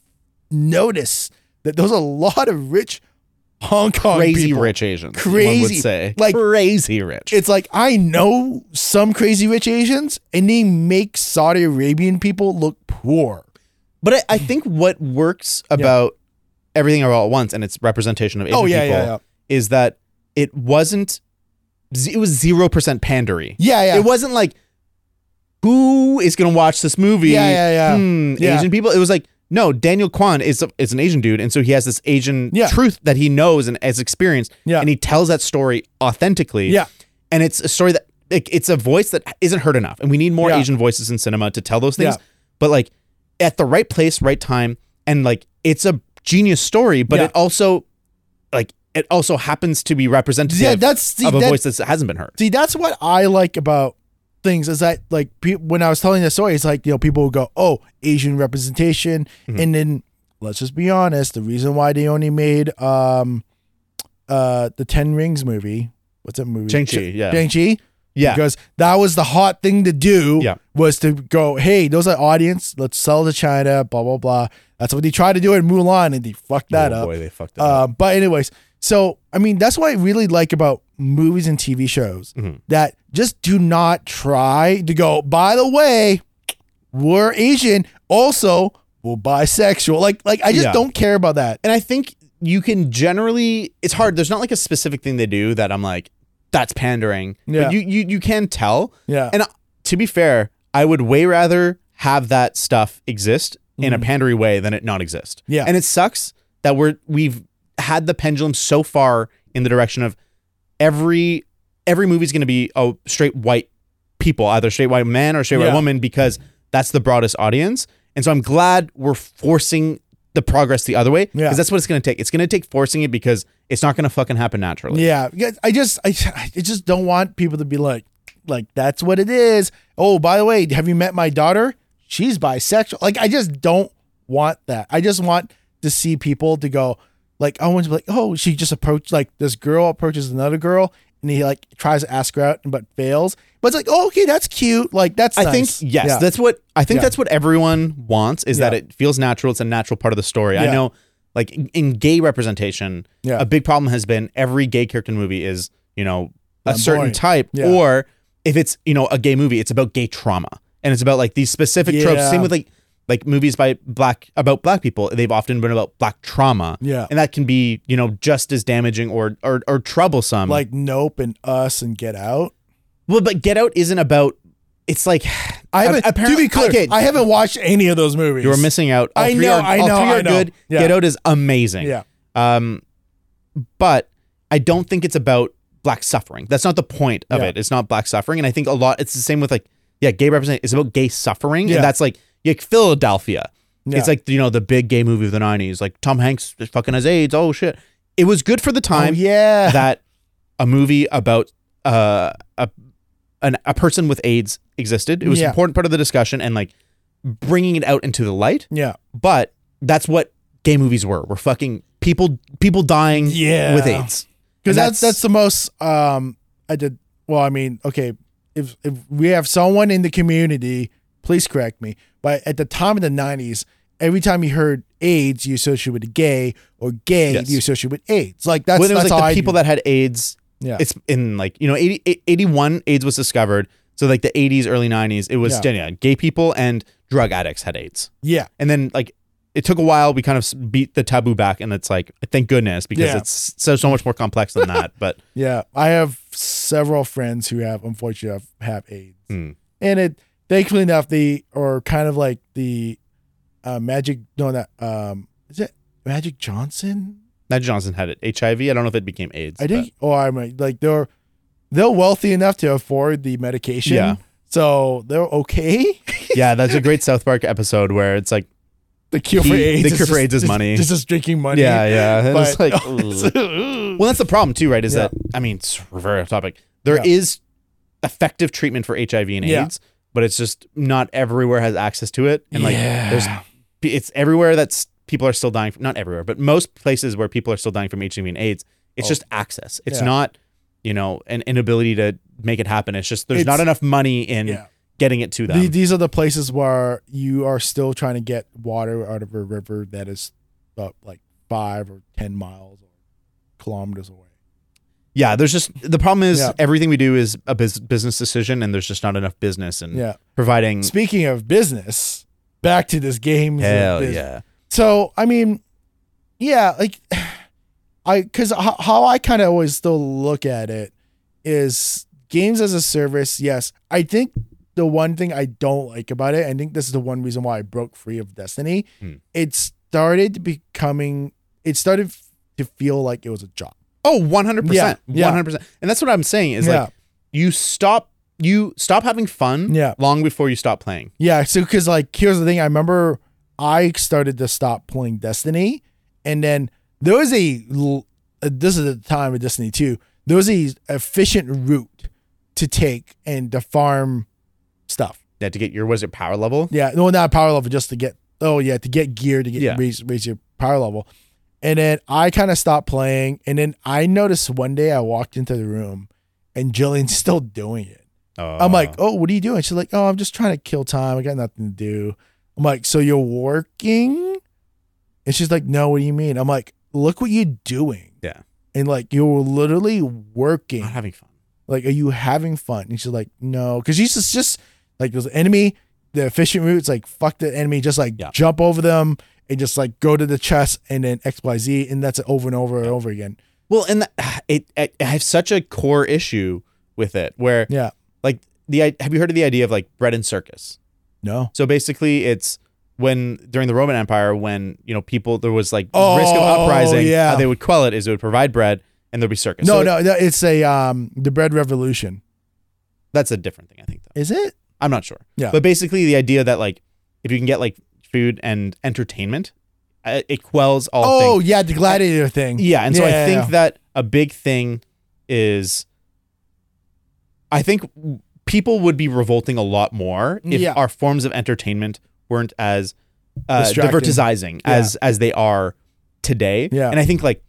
noticed that there's a lot of rich Hong Kong crazy people. rich Asians. one would Crazy, say like- crazy rich. It's like I know some crazy rich Asians, and they make Saudi Arabian people look poor. But I, I think what works about everything all at once and its representation of Asian Oh, yeah, people yeah, yeah. is that it wasn't z- it was zero percent pandery. Yeah, yeah. It wasn't like who is gonna watch this movie? Yeah, yeah, yeah. Hmm, Yeah. Asian people. It was like no, Daniel Kwan is a, is an Asian dude, and so he has this Asian Yeah. truth that he knows and has experienced, Yeah. and he tells that story authentically. Yeah. and it's a story that like, it's a voice that isn't heard enough, and we need more Yeah. Asian voices in cinema to tell those things. Yeah. But like at the right place, right time, and like it's a genius story, but Yeah. it also like it also happens to be representative Yeah, that's see, of a that- voice that hasn't been heard. See, that's what I like about things is that like pe- when I was telling the story, it's like you know people will go, "Oh, Asian representation," Mm-hmm. and then let's just be honest, the reason why they only made um uh the Ten Rings movie, what's that movie? Shang-Chi, yeah. Shang Chi. Yeah. because that was the hot thing to do. Yeah. was to go, hey, those are audience. Let's sell to China. Blah blah blah. That's what they tried to do in Mulan, and they fucked that oh up. boy, they fucked it up. Uh, but anyways, so I mean that's what I really like about movies and TV shows that just do not try to go. By the way, we're Asian. Also, we're bisexual. Like like I just Yeah. don't care about that. And I think you can generally it's hard. There's not like a specific thing they do that I'm like, that's pandering. Yeah. But you you you can tell. Yeah. And uh, to be fair, I would way rather have that stuff exist in a pandery way than it not exist. Mm-hmm. Yeah. And it sucks that we're we've had the pendulum so far in the direction of every every movie's going to be a straight white people, either straight white man or straight Yeah. white woman, because that's the broadest audience. And so I'm glad we're forcing the progress the other way because Yeah. that's what it's going to take. It's going to take forcing it because it's not going to fucking happen naturally. Yeah, because I just I, I just don't want people to be like like that's what it is. Oh, by the way, have you met my daughter? She's bisexual. Like I just don't want that. I just want to see people to go like I want to be like oh she just approached like this girl approaches another girl and he like tries to ask her out but fails. But it's like oh, okay that's cute. Like that's I nice. think yes, Yeah. that's what I think Yeah. that's what everyone wants is that Yeah. it feels natural. It's a natural part of the story. Yeah. I know, like in, in gay representation, Yeah. a big problem has been every gay character in the movie is you know a certain Flamboyant. type, Yeah. or if it's you know a gay movie, it's about gay trauma, and it's about like these specific tropes. Yeah. Same with like like movies by black about black people. They've often been about black trauma. Yeah. And that can be, you know, just as damaging or or, or troublesome. like Nope and Us and Get Out. well, but Get Out isn't about it's like I haven't. apparently- to be clear, okay. I haven't watched any of those movies. You're missing out. All I three know, Are, I all know, Three I are know. good. Yeah. Get Out is amazing. Yeah, Um, but I don't think it's about black suffering. That's not the point of Yeah. it. It's not black suffering, and I think a lot. It's the same with like yeah, gay represent. It's about gay suffering, Yeah. and that's like like Philadelphia. Yeah. It's like you know the big gay movie of the '90s. Like Tom Hanks fucking has AIDS. Oh shit! It was good for the oh, time yeah, that a movie about uh, a an, a person with AIDS existed. It was Yeah. an important part of the discussion, and like bringing it out into the light yeah, but that's what gay movies were. We're fucking people people dying Yeah. with AIDS. because And that's that's the most. Um, I did. Well, I mean, okay, if if we have someone in the community, please correct me. But at the time of the '90s, every time you heard AIDS, you associate with gay, or gay, Yes. you associate with AIDS. Like that's when it was that's like how the I people knew. that had AIDS. Yeah. It's in like, you know, 80, 81 AIDS was discovered. So like the 80s early 90s it was Yeah. still, yeah, gay people and drug addicts had AIDS. yeah, And then like it took a while we kind of s- beat the taboo back and it's like thank goodness because Yeah. it's so so much more complex than that, but yeah. I have several friends who have unfortunately have, have AIDS, Hmm. and it thankfully enough they are kind of like the uh, magic. No, that um, is it Magic Johnson? Nigel Johnson had it. HIV, I don't know if it became AIDS. I think, or I might like they're they're wealthy enough to afford the medication. Yeah. So they're okay. but- Yeah, that's a great South Park episode where it's like The cure for He- AIDS. the cure for AIDS is just- money. Just, just drinking money. Yeah, yeah. And it's But- like ugh. Well, that's the problem too, right? Is Yeah. that I mean, it's very off topic. There Yeah. is effective treatment for HIV and Yeah. AIDS, but it's just not everywhere has access to it, and like Yeah. there's it's everywhere that's people are still dying from. Not everywhere, but most places where people are still dying from HIV and AIDS, it's Oh. just access. It's Yeah. not you know an inability to make it happen. It's just there's It's- not enough money in Yeah. getting it to them. The- these are the places where you are still trying to get water out of a river that is about like five or ten miles or kilometers away. yeah, there's just the problem is Yeah. everything we do is a bus- business decision, and there's just not enough business and Yeah. providing. Speaking of business, back to this game. Hell this- yeah. So I mean, yeah, like I because how, how I kind of always still look at it is games as a service. Yes, I think the one thing I don't like about it, I think this is the one reason why I broke free of Destiny. Hmm. It started becoming. It started f- to feel like it was a job. Oh, 100%. Yeah, yeah. 100%. And that's what I'm saying is yeah, like you stop you stop having fun Yeah. long before you stop playing. yeah. So because like here's the thing, I remember I started to stop playing Destiny, and then there was a l- uh, this is the time of Destiny too. There was a efficient route to take and to farm stuff. That to get your was it power level? Yeah, no, not power level, just to get oh yeah, to get gear to get Yeah. raise raise your power level. And then I kind of stopped playing, and then I noticed one day I walked into the room, and Jillian's still doing it. Oh. I'm like, oh, what are you doing? She's like, oh, I'm just trying to kill time. I got nothing to do. I'm like, so you're working? And she's like, no, what do you mean? I'm like, look what you're doing. Yeah. Uh-huh. And like, you're literally not working. having fun. Like, are you having fun? And she's like, no. Cause she's just, just like, there's an enemy, the efficient route. It's like, fuck the enemy. Just like Yeah. jump over them and just like go to the chest and then XYZ. And that's it over and over and over again. Well, and the, it, it I have such a core issue with it where Yeah. like the i- have you heard of the idea of like bread and circus? No. So basically it's when during the Roman Empire when, you know, people there was like Oh, risk of uprising, yeah. how they would quell it is they would provide bread and there'd be circus. No, So no, no. It's a, um, the bread revolution. That's a different thing, I think though. Is it? I'm not sure. Yeah. But basically, the idea that like if you can get like food and entertainment, uh, it quells all. Oh things. yeah, the gladiator thing. yeah. And so I Yeah, think yeah. that a big thing is, I think w- people would be revolting a lot more if Yeah. our forms of entertainment weren't as uh, Distracting. divertizing Yeah. as as they are today. Yeah. And I think like.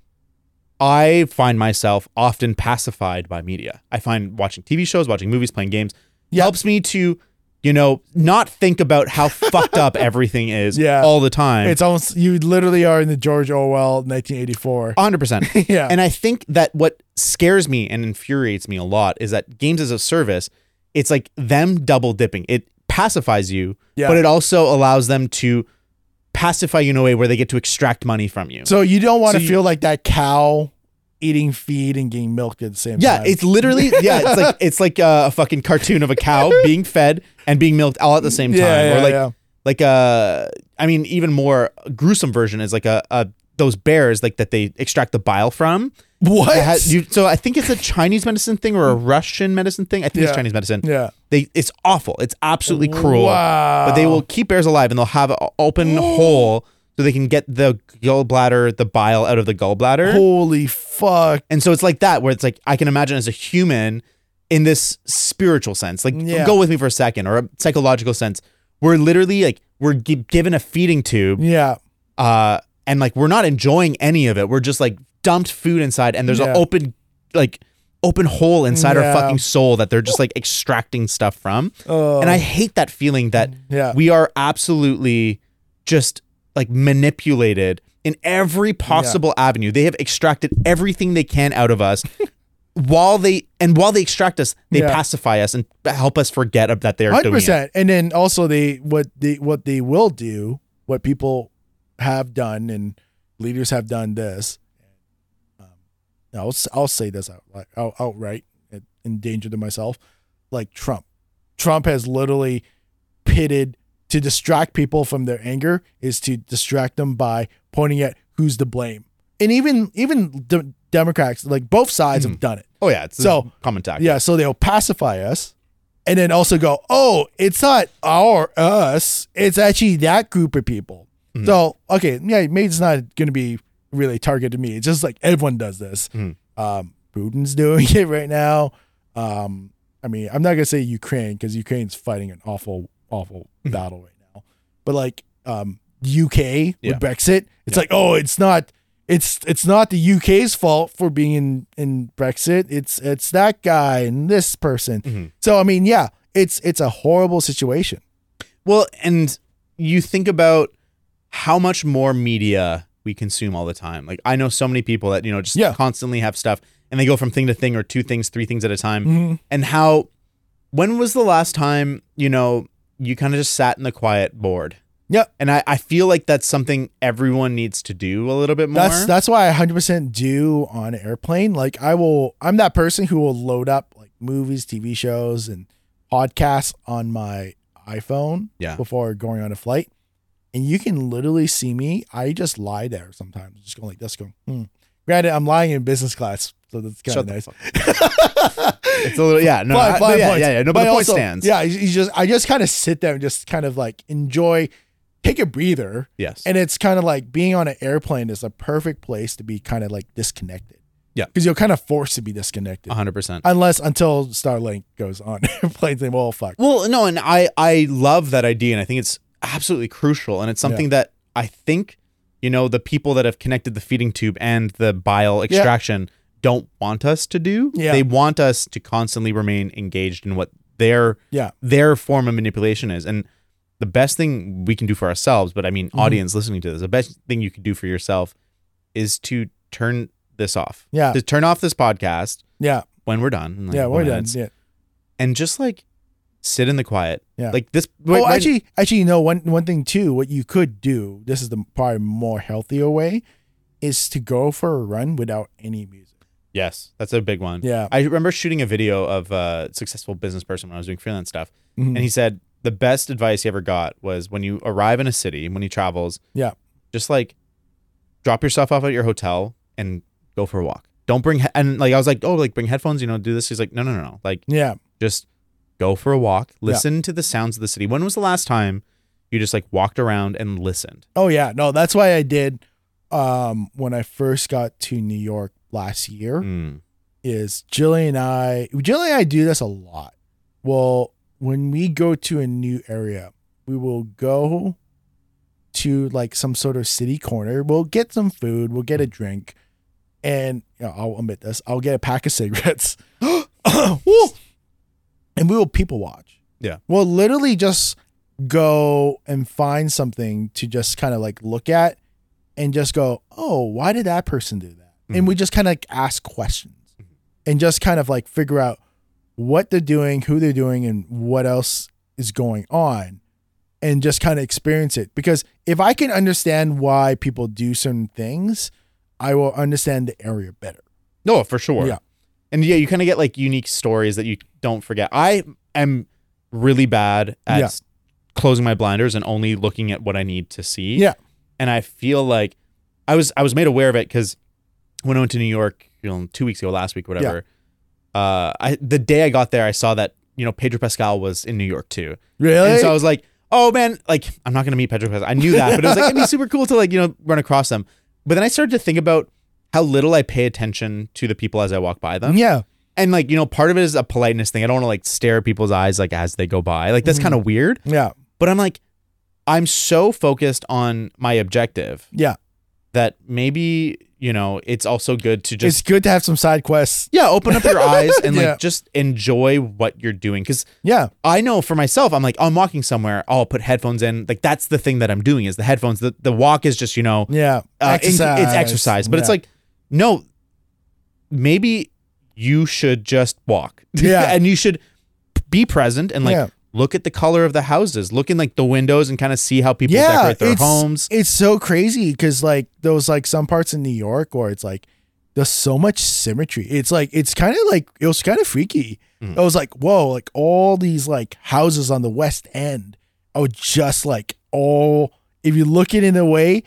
I find myself often pacified by media. I find watching TV shows, watching movies, playing games Yeah. helps me to, you know, not think about how fucked up everything is Yeah. all the time. It's almost you literally are in the George Orwell 1984. 100%. yeah. Oh, And I think that what scares me and infuriates me a lot is that games as a service, it's like them double dipping. It pacifies you, Yeah. but it also allows them to pacify you in a way where they get to extract money from you. So you don't want So to you- feel like that cow eating feed and getting milk at the same yeah, time. it's literally yeah, it's like it's like uh, a, fucking cartoon of a cow being fed and being milked all at the same time, yeah, yeah, or like yeah. like uh I mean even more gruesome version is like a, a those bears like that they extract the bile from. what? It has- you- so I think it's a Chinese medicine thing or a Russian medicine thing. I think Mm. Yeah. it's Chinese medicine. yeah, They it's awful. It's absolutely cruel. Wow. But they will keep bears alive and they'll have an open hole so they can get the gallbladder, the bile out of the gallbladder. Holy fuck! And so it's like that, where it's like I can imagine as a human in this spiritual sense, like Yeah. go with me for a second, or a psychological sense, we're literally like we're gi- given a feeding tube, Yeah, uh, and like we're not enjoying any of it. We're just like dumped food inside, and there's Yeah. an open, like open hole inside Yeah. our fucking soul that they're just like extracting stuff from. Oh. and I hate that feeling that yeah. we are absolutely just like manipulated in every possible avenue. They have extracted everything they can out of us. while they and while they extract us, they Yeah. pacify us and help us forget of- that they are hundred doing it. percent. And then also they what they what they will do, what people have done and leaders have done this. Um, I'll s- I'll say this out, like, out outright and in danger to myself, like Trump. Trump has literally pitted to distract people from their anger is to distract them by pointing at who's to blame. And even even de- Democrats, like both sides, have done it. Oh yeah, it's So, so common tactic. Yeah, so they'll pacify us and then also go, oh, it's not our us. It's actually that group of people. Mm-hmm. So, okay, yeah, maybe it's not going to be really targeted to me. It's just like everyone does this. Mhm. Um, Putin's doing it right now. Um, I mean, I'm not going to say Ukraine because Ukraine's fighting an awful, awful Mm-hmm. battle right now. But like um, UK with Yeah. Brexit, it's like, oh, it's not it's it's not the UK's fault for being in in Brexit. It's it's that guy and this person. Mhm. So I mean, yeah, it's it's a horrible situation. Well, and you think about how much more media we consume all the time. Like I know so many people that, you know, just Yeah. constantly have stuff and they go from thing to thing or two things, three things at a time. Mhm. and how when was the last time you know you kind of just sat in the quiet bored Yep. and I, I feel like that's something everyone needs to do a little bit more That's that's why I 100% do on an airplane. Like I will I'm that person who will load up like movies, TV shows and podcasts on my iPhone Yeah. before going on a flight. And you can literally see me. I just lie there sometimes, just going like this, going. Hmm. Granted, I'm lying in business class, so that's kind Shut of the nice. it's a little yeah no Five- I- five yeah, points. yeah yeah no but, the point also- stands Yeah, you you just I just kind of sit there and just kind of like enjoy, take a breather, yes and it's kind of like being on an airplane is a perfect place to be kind of like disconnected. Yeah. because you're kind of forced to be disconnected 100% unless until Starlink goes on airplanes. Then well, fuck. well no and I I love that idea and I think it's absolutely crucial and it's something that I think you know the people that have connected the feeding tube and the bile extraction don't want us to do Yeah. they want us to constantly remain engaged in what they're Yeah, their form of manipulation is. And the best thing we can do for ourselves, but I mean, Mm-hmm. audience listening to this, the best thing you can do for yourself is to turn this off. Yeah. To turn off this podcast yeah, when we're done. in, like, yeah. a We're couple done. minutes, Yeah. And just like sit in the quiet. Yeah. Like this. right- Well, right- Oh, actually, actually, you know, one one thing too. What you could do, this is the probably more healthier way, is to go for a run without any music. Yes. That's a big one. Yeah. I remember shooting a video of a successful business person when I was doing freelance stuff. Mhm. And he said the best advice he ever got was when you arrive in a city, when he travels, Yeah. just like drop yourself off at your hotel and go for a walk. Don't bring he- and like I was like, oh, like bring headphones, you know, do this. He's like, no, no, no, no. like Yeah. just go for a walk, Yeah. listen to the sounds of the city. When was the last time you just like walked around and listened? Oh yeah, no, that's why I did um when I first got to New York last year Mm. is Jilly and I Jilly and I do this a lot. Well, when we go to a new area, we will go to like some sort of city corner. We'll get some food, we'll get a drink, and you know, I'll admit this, I'll get a pack of cigarettes. Woo! and we will people watch. Yeah. We'll literally just go and find something to just kind of like look at and just go, oh, why did that person do that? And we just kind of like ask questions and just kind of like figure out what they're doing, who they're doing, and what else is going on and just kind of experience it. Because if I can understand why people do certain things, I will understand the area better. No, for sure. Yeah. And yeah, you kind of get like unique stories that you don't forget. I am really bad at Yeah. s- closing my blinders and only looking at what I need to see. Yeah. And I feel like I was I was made aware of it because when I went to New York, you know, two weeks ago, last week, whatever. Uh, I the day I got there, I saw that you know Pedro Pascal was in New York too, Really? and so I was like, oh man, like I'm not gonna meet Pedro Pascal. I knew that, but it was like it'd be super cool to like you know run across them. But then I started to think about how little I pay attention to the people as I walk by them yeah. and like you know part of it is a politeness thing i don't want to like stare at people's eyes like as they go by like that's Mhm. kind of weird Yeah. but i'm like i'm so focused on my objective Yeah. that maybe you know it's also good to just it's good to have some side quests. yeah open up your eyes and like Yeah. just enjoy what you're doing because Yeah. i know for myself i'm like i'm walking somewhere i'll put headphones in like that's the thing that i'm doing is the headphones the, the walk is just you know Yeah. uh, in- it's exercise but it's Yeah. like no maybe you should just walk Yeah. and you should be present and like Yeah. look at the color of the houses look in like the windows and kind of see how people Yeah, decorate their it's- homes it's so crazy because like those like some parts in New York where it's like there's so much symmetry. It's like it's kind of like it was kind of freaky. Mm. I was like, whoa, like all these like houses on the West End are just like all. If you look at it in a way,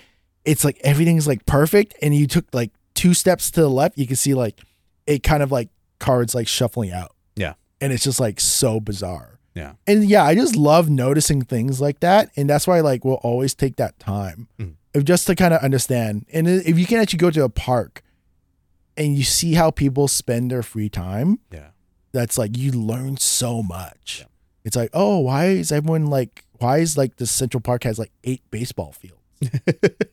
it's like everything's like perfect, and you took like two steps to the left, you can see like it kind of like cards like shuffling out. Yeah. and it's just like so bizarre. Yeah. and yeah, I just love noticing things like that, and that's why like we'll always take that time if just to kind of understand. And i- if you can actually go to a park and you see how people spend their free time, Yeah. that's like you learn so much. Yeah. It's like, oh, why is everyone like, why is like the Central Park has like eight baseball fields?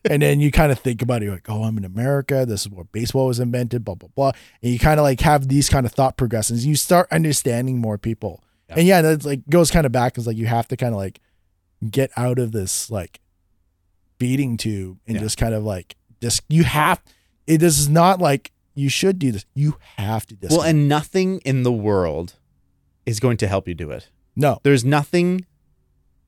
and then you kind of think about it, you're like, oh, I'm in America. This is where baseball was invented, blah, blah, blah. And you kind of like have these kind of thought progressions. You start understanding more people. Yeah. And yeah, that's like goes kind of back. It's like you have to kind of like get out of this like beating tube and Yeah. just kind of like just you have it this is not like you should do this. You have to do this. well and nothing in the world is going to help you do it no. there's nothing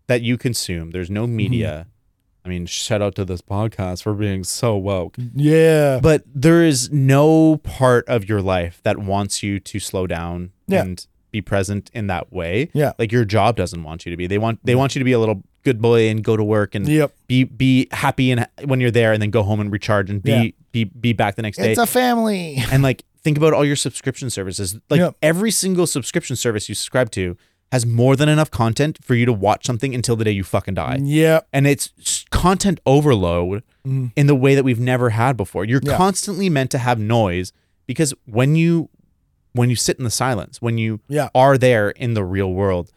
that you consume there's no media Mm-hmm. i mean shout out to this podcast for being so woke Yeah. but there is no part of your life that wants you to slow down Yeah. and be present in that way. Yeah. Like your job doesn't want you to be. They want they want you to be a little good boy and go to work and Yep. be be happy and when you're there and then go home and recharge and be Yeah. be be back the next day. It's a family. and like think about all your subscription services. Like Yep. every single subscription service you subscribe to has more than enough content for you to watch something until the day you fucking die Yep. and it's s- content overload Mhm. in the way that we've never had before. You're Yeah. constantly meant to have noise because when you when you sit in the silence, when you Yeah. are there in the real world,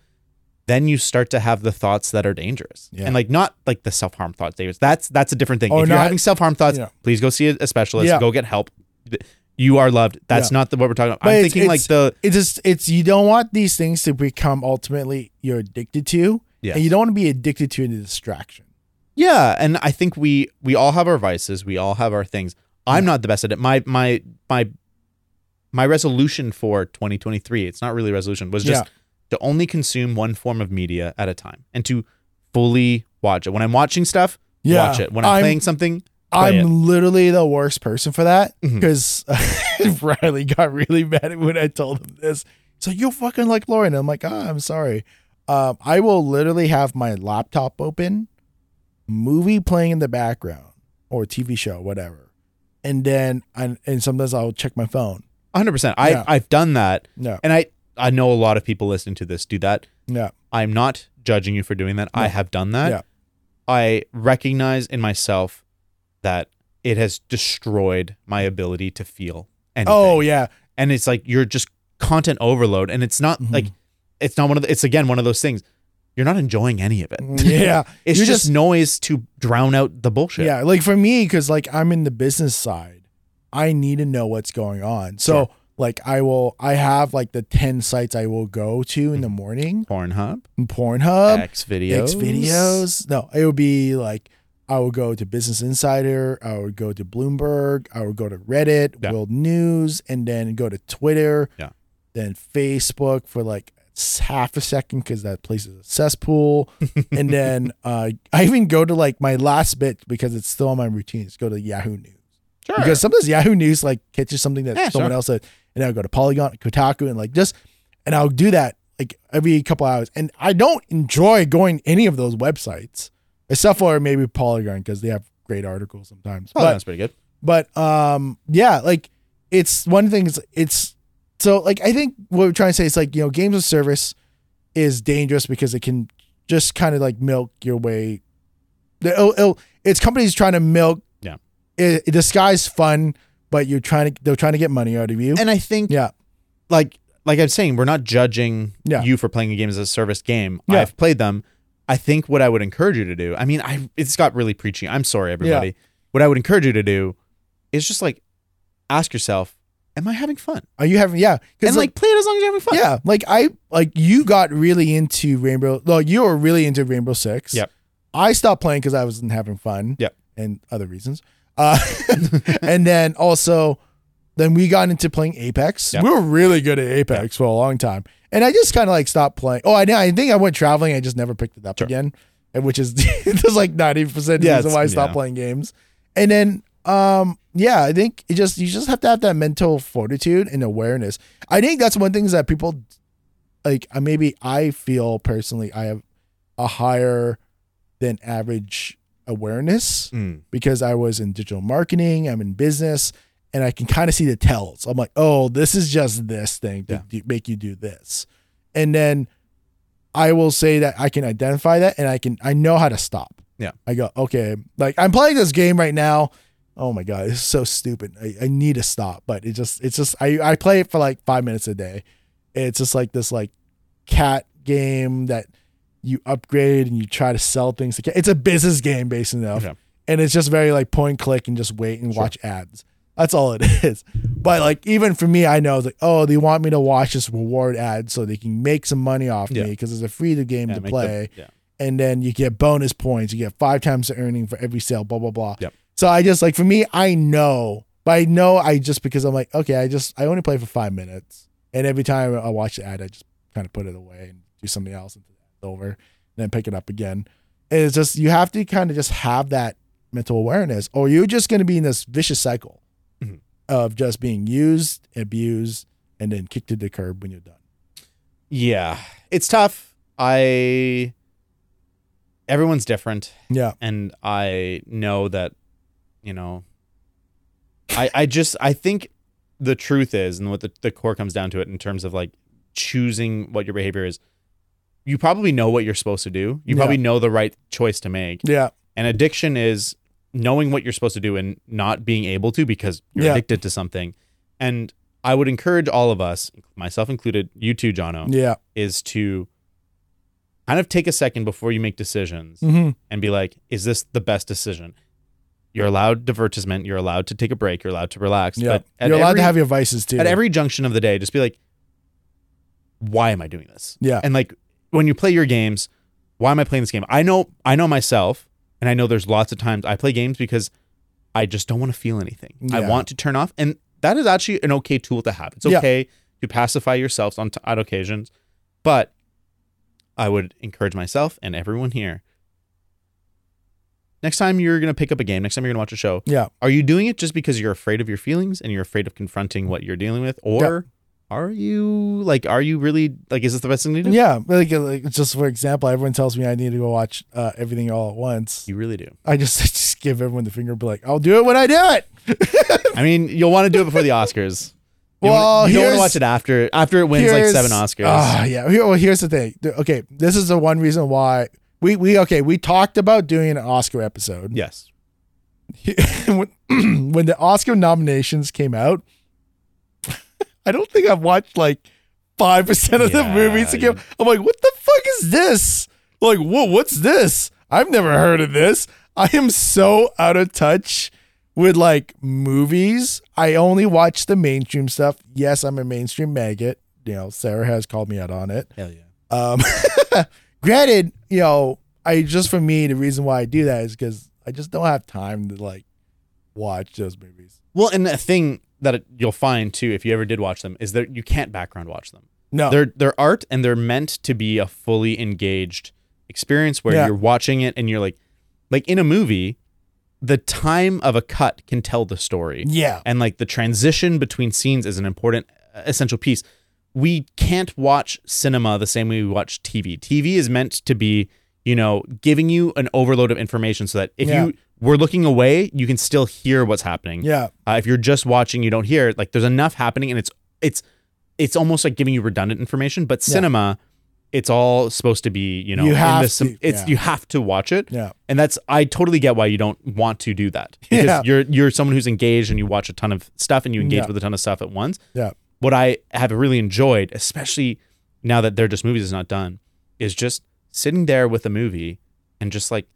then you start to have the thoughts that are dangerous. Yeah. And like not like the self-harm thoughts, Davis. That's that's a different thing. Oh, if you're not- having self-harm thoughts, Yeah. please go see a, a specialist, Yeah. go get help. Th- You are loved. That's not the, what we're talking about. But I'm it's- thinking like it's- the It's just it's you don't want these things to become ultimately you're addicted to. Yeah. And you don't want to be addicted to any distraction. Yeah, and I think we we all have our vices, we all have our things. I'm not the best at it. My my my my resolution for 2023, it's not really a resolution, was just Yeah. to only consume one form of media at a time and to fully watch it. When I'm watching stuff, Yeah. watch it. When I'm, I'm- playing something, I'm play it. literally the worst person for that Mhm. because Riley got really mad when I told him this. So you fucking like Lauren. I'm like, ah, I'm sorry. Um, I will literally have my laptop open, movie playing in the background or TV show, whatever, and then I, and sometimes I'll check my phone. 100%. I Yeah. I've done that. No, And I I know a lot of people listening to this do that. no, I'm not judging you for doing that. I No. have done that. Yeah. I recognize in myself that it has destroyed my ability to feel anything. oh yeah, and it's like you're just content overload, and it's not Mhm. like it's not one of the, it's again one of those things. You're not enjoying any of it. Mm, yeah. it's Mm-hmm. You're just, noise to drown out the bullshit. Yeah, like for me, because like I'm in the business side, I need to know what's going on. So Sure. like I will, I have like the ten sites I will go to in the morning. Pornhub, Pornhub, X videos, Um, X videos. No, it would be like I would go to Business Insider, I would go to Bloomberg, I would go to Reddit, Yeah. World News, and then go to Twitter. Yeah. Then Facebook for like s- half a second because that place is a cesspool. and then uh, I even go to like my last bit because it's still on my routine. Is go to Yahoo News Sure. because sometimes Yahoo News like catches something that Yeah, someone sure. else said, and I'll go to Polygon, Kotaku, and like just, and I'll do that like every couple hours. And I don't enjoy going to any of those websites except for maybe Polygon because they have great articles sometimes. oh, but that's pretty good. but um yeah like it's one thing is it's so like i think what we're trying to say is like you know games of service is dangerous because it can just kind of like milk your way the- it'll- it'll- it's companies trying to milk Yeah. it, it disguise fun but you're trying to they're trying to get money out of you And I think yeah like like I'm saying, we're not judging Yeah. you for playing a game as a service game. Yeah. I've played them. I think what I would encourage you to do. I mean, I it's got really preachy. I'm sorry, everybody. What I would encourage you to do is just like ask yourself, am I having fun? are you having yeah And like, play it as long as you're having fun. yeah like i like you got really into rainbow well you were really into rainbow six Yep. i stopped playing because i wasn't having fun Yep. and other reasons uh and then also then we got into playing apex Yep. we were really good at apex for a long time and i just kind of like stopped playing oh i know i think i went traveling i just never picked it up Sure. again and which is there's like 90% Yeah, reason it's- why i stopped yeah. playing games and then um yeah, I think it just you just have to have that mental fortitude and awareness. I think that's one thing is that people like uh, maybe I feel personally I have a higher than average awareness Mm. because I was in digital marketing, I'm in business, and I can kind of see the tells. I'm like, oh, this is just this thing to Yeah. do, make you do this, and then I will say that I can identify that and I can I know how to stop. Yeah. I go okay, like I'm playing this game right now. Oh my god, it's so stupid. I, I need to stop, but it just it's just I I play it for like five minutes a day. It's just like this like cat game that you upgrade and you try to sell things. to ca- It's a business game, based enough, Okay. and it's just very like point click and just wait and watch ads. That's all it is. But like even for me, I know it's like oh they want me to watch this reward ad so they can make some money off me Yeah. 'cause me because it's a free to game Yeah, to make the- play, yeah. and then you get bonus points. You get five times the earning for every sale. Blah blah blah. Yep. So I just like for me, I know, but I know I just because I'm like okay, I just I only play for five minutes, and every time I watch the ad, I just kind of put it away and do something else until it's over, and then pick it up again. And it's just you have to kind of just have that mental awareness, or you're just going to be in this vicious cycle Mhm. of just being used, abused, and then kicked to the curb when you're done. Yeah. It's tough. I everyone's different. Yeah, and I know that, you know, I I just I think the truth is, and what the, the core comes down to it in terms of like choosing what your behavior is. You probably know what you're supposed to do. You Yeah. probably know the right choice to make. yeah, And addiction is knowing what you're supposed to do and not being able to because you're Yeah. addicted to something. And I would encourage all of us, myself included, you too, Jono, yeah. is to kind of take a second before you make decisions hmm and be like, is this the best decision? You're allowed divertisement. You're allowed to take a break. You're allowed to relax. Yeah, at you're allowed every- to have your vices too. at every junction of the day, just be like, why am I doing this? Yeah. Uh, And like when you play your games, why am I playing this game? I know I know myself, and I know there's lots of times I play games because I just don't want to feel anything. I Yeah. want to turn off, and that is actually an okay tool to have. It's Yeah. okay to pacify yourselves on t- on occasions, but I would encourage myself and everyone here. Next time you're gonna pick up a game, next time you're gonna watch a show, yeah, are you doing it just because you're afraid of your feelings and you're afraid of confronting what you're dealing with? Or are you like, are you really like, is this the best thing to do? yeah. Like, like just for example, everyone tells me I need to go watch uh, everything all at once. You really do. I just I just give everyone the finger, be like, I'll do it when I do it. I mean, you'll want to do it before the Oscars. You wanna- Well, you don't want to here's- watch it after after it wins like Here's- seven Oscars. Ah, yeah. Here, well, here's the thing. The- Okay, this is the one reason why we we okay. We talked about doing an Oscar episode. yes. when, when the Oscar nominations came out, I don't think I've watched like five percent of Yeah, the movies. Again. you- I'm like, what the fuck is this? Like, whoa, what's this? I've never heard of this. I am so out of touch with like movies. I only watch the mainstream stuff. Yes, I'm a mainstream maggot. You know, Sarah has called me out on it. Hell yeah. Um, granted, you know, I just for me the reason why I do that is because I just don't have time to like watch those movies. Well, and the thing that it, you'll find too, if you ever did watch them, is that you can't background watch them. No. They're they're art and they're meant to be a fully engaged experience where Yeah. you're watching it and you're like like in a movie, the time of a cut can tell the story. yeah. And like the transition between scenes is an important uh, essential piece. We can't watch cinema the same way we watch TV. TV is meant to be, you know, giving you an overload of information so that if Yeah. you were looking away, you can still hear what's happening. Yeah. Uh, if you're just watching, you don't hear. it. Like there's enough happening, and it's it's it's almost like giving you redundant information. But Yeah. cinema, it's all supposed to be you know You in have the sim- to, it's yeah. you have to watch it, Yeah. and that's I totally get why you don't want to do that because Yeah. you're you're someone who's engaged and you watch a ton of stuff and you engage Yeah. with a ton of stuff at once. Yeah. What I have really enjoyed, especially now that they're just movies is not done, is just sitting there with a movie and just like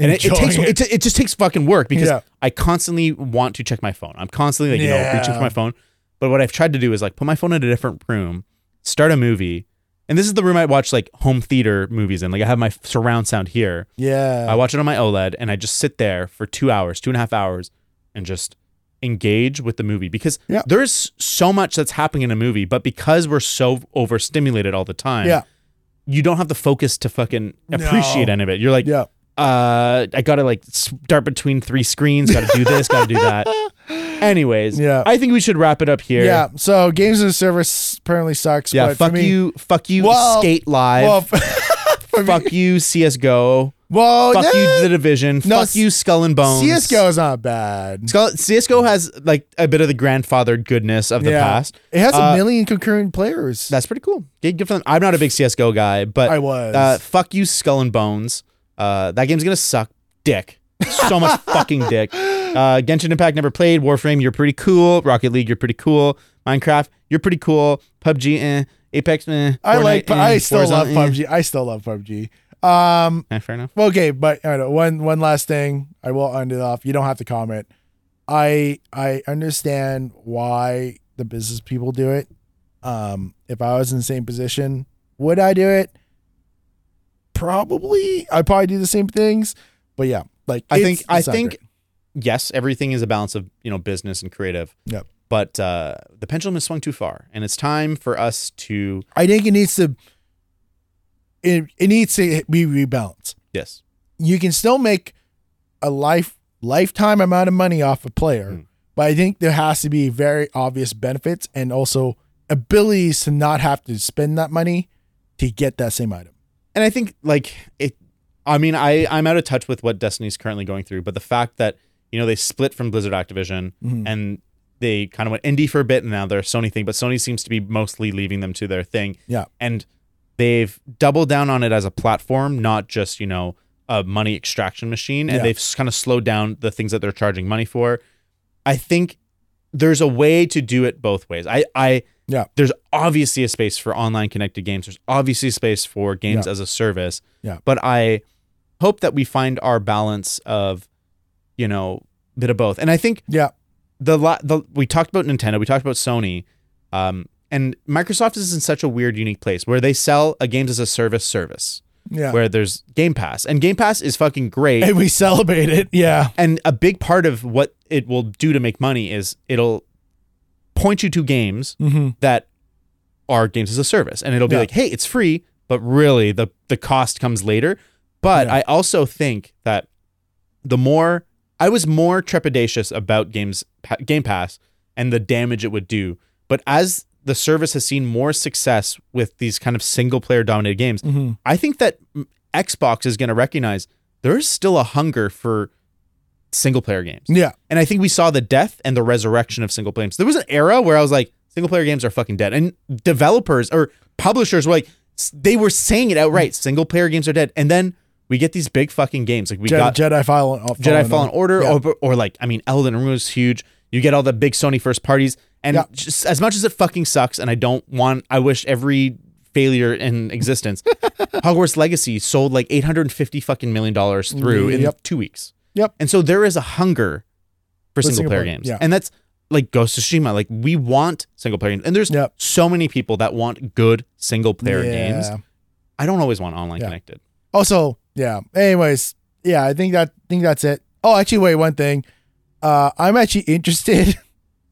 and it, it takes Enjoying it. it just takes fucking work because Yeah. I constantly want to check my phone. I'm constantly like you know reaching Yeah. for my phone. But what I've tried to do is like put my phone in a different room, start a movie, and this is the room I watch like home theater movies in. Like I have my surround sound here. I Yeah. watch it on my OLED and I just sit there for two hours, two and a half hours, and just engage with the movie because Yeah. there's so much that's happening in a movie, but because we're so overstimulated all the time, Yeah. you don't have the focus to fucking appreciate No. any of it. You're like, Yeah. uh, I gotta like s- dart between three screens, gotta do this, gotta do that. Anyways, Yeah. I think we should wrap it up here. Yeah. So games as a service apparently sucks. Yeah, but fuck for me, you, fuck you, Well- skate live. Well, for me- fuck you, CSGO. well, fuck yeah, you, The Division. No, fuck you, Skull and Bones. CSGO is not bad. Skull, CSGO has like a bit of the grandfathered goodness of the Yeah. past. It has Uh, a million concurrent players. That's pretty cool. Good good for them. I'm not a big CSGO guy, but I was. Uh, fuck you, Skull and Bones. Uh, that game's gonna suck dick. So much fucking dick. Uh, Genshin Impact never played. Warframe, you're pretty cool. Rocket League, you're pretty cool. Minecraft, you're pretty cool. PUBG, eh. Apex, eh. I like. Fortnite, eh. I still Warzone, love eh. PUBG. I still love PUBG. Um. Eh, fair enough. Okay, but I don't know, one one last thing. I will end it off. You don't have to comment. I I understand why the business people do it. Um, if I was in the same position, would I do it? Probably. I probably do the same things. But yeah, like I it's- think. I it's not think. great. Yes, everything is a balance of you know business and creative. Yep. But uh, the pendulum has swung too far, and it's time for us to I think it needs to. It it needs to be rebalanced. yes. you can still make a life lifetime amount of money off a player, Mm. but I think there has to be very obvious benefits and also abilities to not have to spend that money to get that same item. and I think like it. I mean, I I'm out of touch with what Destiny's currently going through, but the fact that you know they split from Blizzard Activision Mhm. and they kind of went indie for a bit, and now they're a Sony thing. But Sony seems to be mostly leaving them to their thing. Yeah. and they've doubled down on it as a platform, not just you know a money extraction machine. And Yeah. they've kind of slowed down the things that they're charging money for. I think there's a way to do it both ways. I I Yeah. There's obviously a space for online connected games. There's obviously a space for games as a service. Yeah. But I hope that we find our balance of, you know, bit of both. And I think Yeah. the la- the we talked about Nintendo, we talked about Sony, um, and Microsoft is in such a weird, unique place where they sell a games as a service service Yeah. where there's Game Pass, and Game Pass is fucking great and we celebrate it. Yeah. and a big part of what it will do to make money is it'll point you to games Mm-hmm. that are games as a service and it'll be Yeah. like hey it's free but really the the cost comes later but Yeah. i also think that the more i was more trepidatious about games pa- game pass and the damage it would do but as the service has seen more success with these kind of single player dominated games Mm-hmm. I think that mm, Xbox is going to recognize there's still a hunger for single player games. Yeah. And I think we saw the death and the resurrection of single player games. There was an era where I was like, single player games are fucking dead. And developers or publishers were like, s- they were saying it outright single player games are dead. And then we get these big fucking games. Like we Jedi, got Jedi Fallen, uh, Jedi Fallen Order, Yeah. or, or like, I mean, Elden Ring was huge. You get all the big Sony first parties. And Yeah. just as much as it fucking sucks, and I don't want, I wish every failure in existence, Hogwarts Legacy sold like 850 fucking million dollars through in Yep. two weeks. Yep. And so there is a hunger for single, single player player, games. yeah. And that's like Ghost of Tsushima. Like we want single player games. And there's Yep. so many people that want good single player Yeah. games. I don't always want online Yeah. connected. Also, Oh, yeah. Anyways, yeah, I think that think that's it. Oh, actually, wait, one thing. Uh, I'm actually interested.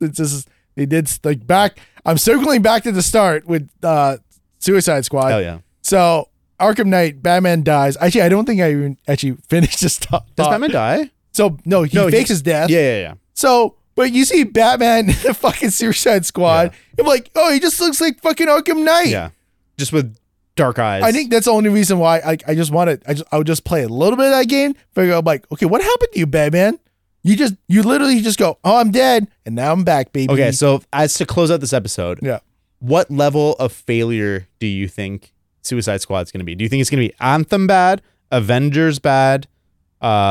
since this is They did like back. I'm circling back to the start with uh, Suicide Squad. Hell yeah. So Arkham Knight, Batman dies. Actually, I don't think I even actually finished this talk. Does Batman die? So no, he No, he- fakes his death. Yeah, yeah, yeah. So, but you see Batman in the fucking Suicide Squad. I'm like, oh, he just looks like fucking Arkham Knight. Yeah. Just with dark eyes. I think that's the only reason why I, I just want to I just I would just play a little bit of that game. Figure out like, okay, what happened to you, Batman? You just you literally just go, oh, I'm dead, and now I'm back, baby. Okay, so as to close out this episode, Yeah. what level of failure do you think Suicide Squad's going to be? Do you think it's going to be Anthem bad, Avengers bad,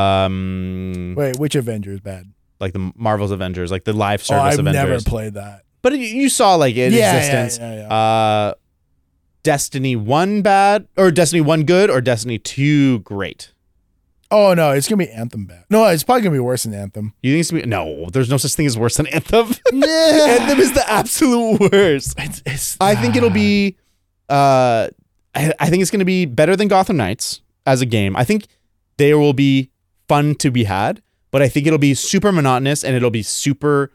um, Wait, which Avenger is bad? like the Marvel's Avengers, like the live Oh, service I've never Avengers? played that. but you, you saw like in Yeah, yeah, existence, yeah, yeah. uh, Destiny one bad or Destiny one good or Destiny two great. Oh no, it's gonna be Anthem bad. No, it's probably gonna be worse than Anthem. You think it's gonna be, no? There's no such thing as worse than Anthem. Anthem Anthem is the absolute worst. It's, it's I think it'll be. Uh, I, I think it's going to be better than Gotham Knights as a game. I think there will be fun to be had, but I think it'll be super monotonous and it'll be super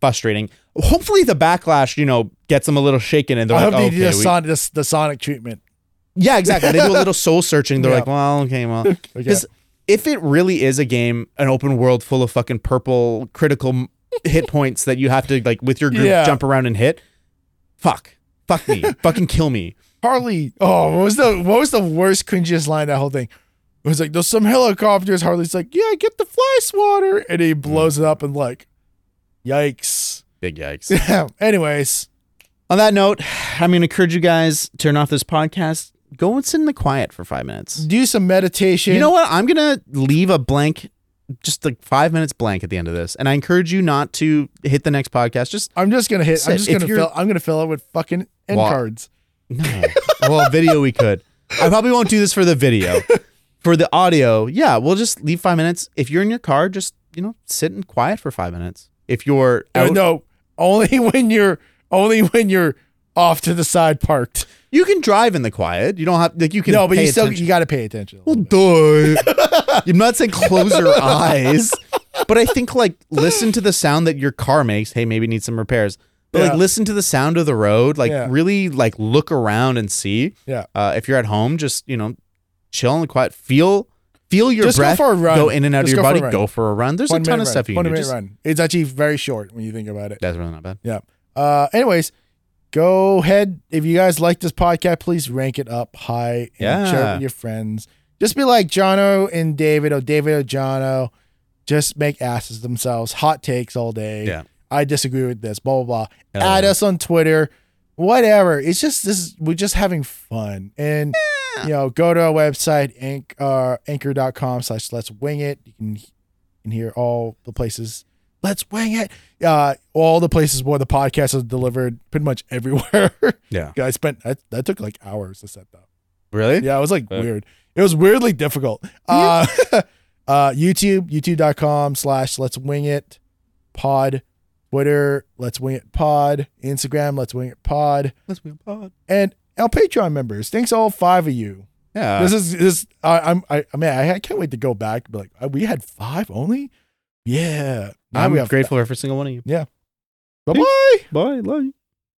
frustrating. Hopefully, the backlash, you know, gets them a little shaken and they're I hope like, "Oh, they okay, do the, we-" Sonic, the, the Sonic treatment. yeah, exactly. They do a little soul searching. They're Yeah. like, well, okay, well, Okay. because if it really is a game, an open world full of fucking purple critical m- hit points that you have to like with your group Yeah. jump around and hit, fuck, fuck me, fucking kill me. Harley. Oh, what was the what was the worst cringiest line in that whole thing? It was like there's some helicopters. Harley's like, yeah, get the fly swatter, and he blows it up and like, yikes. Big yikes. Anyways, On that note, I'm going to encourage you guys turn off this podcast. Go and sit in the quiet for five minutes. do some meditation. You know what? I'm going to leave a blank, just like five minutes blank at the end of this. And I encourage you not to hit the next podcast. Just I'm just gonna hit. Sit. I'm just If gonna you're- fill. I'm gonna fill it with fucking end Wow. cards. no. well, video we could. I probably won't do this for the video. For the audio, yeah, we'll just leave five minutes. If you're in your car, just you know, sit in quiet for five minutes. If you're Uh, out, no, only when you're only when you're off to the side parked. you can drive in the quiet. You don't have like you can. No, but pay you still attention. you gotta pay attention. a Well, little bit. duh. I'm not saying close your eyes, but I think like listen to the sound that your car makes. Hey, maybe it needs some repairs. But Yeah. like listen to the sound of the road. Like Yeah. really like look around and see. Yeah. Uh, if you're at home, just you know, chill and quiet. Feel feel your Just go breath for a run. in and out of Just your go for a body. run. go for a run. There's a One ton minute of run. stuff you One can do. minute Just- run. It's actually very short when you think about it. That's really not bad. Yeah. Uh, anyways, go ahead. If you guys like this podcast, please rank it up high and share it Yeah. with your friends. Just be like Jono and David or David or Jono. Just make asses of themselves. Hot takes all day. Yeah. I disagree with this. Blah blah blah. Hell Add yeah. us on Twitter. Whatever. It's just this. Is, we're just having fun and. You know, go to our website, anch, uh, anchor.com slash let's wing it. You can, you can hear all the places let's wing it. Uh, all the places where the podcast is delivered, pretty much everywhere. Yeah. I spent that, that took like hours to set up. Really? Yeah, it was like Yeah. weird. It was weirdly difficult. Uh, uh, YouTube, youtube.com slash let's wing it pod, Twitter, let's wing it pod, Instagram, let's wing it pod, Let's be on pod. and our Patreon members. Thanks, all five of you. Yeah. this is this. I, I'm. I, I mean, I, I can't wait to go back. And be like, we had five only. Yeah, now I'm we have grateful for every single one of you. Bye bye. Bye. Love you.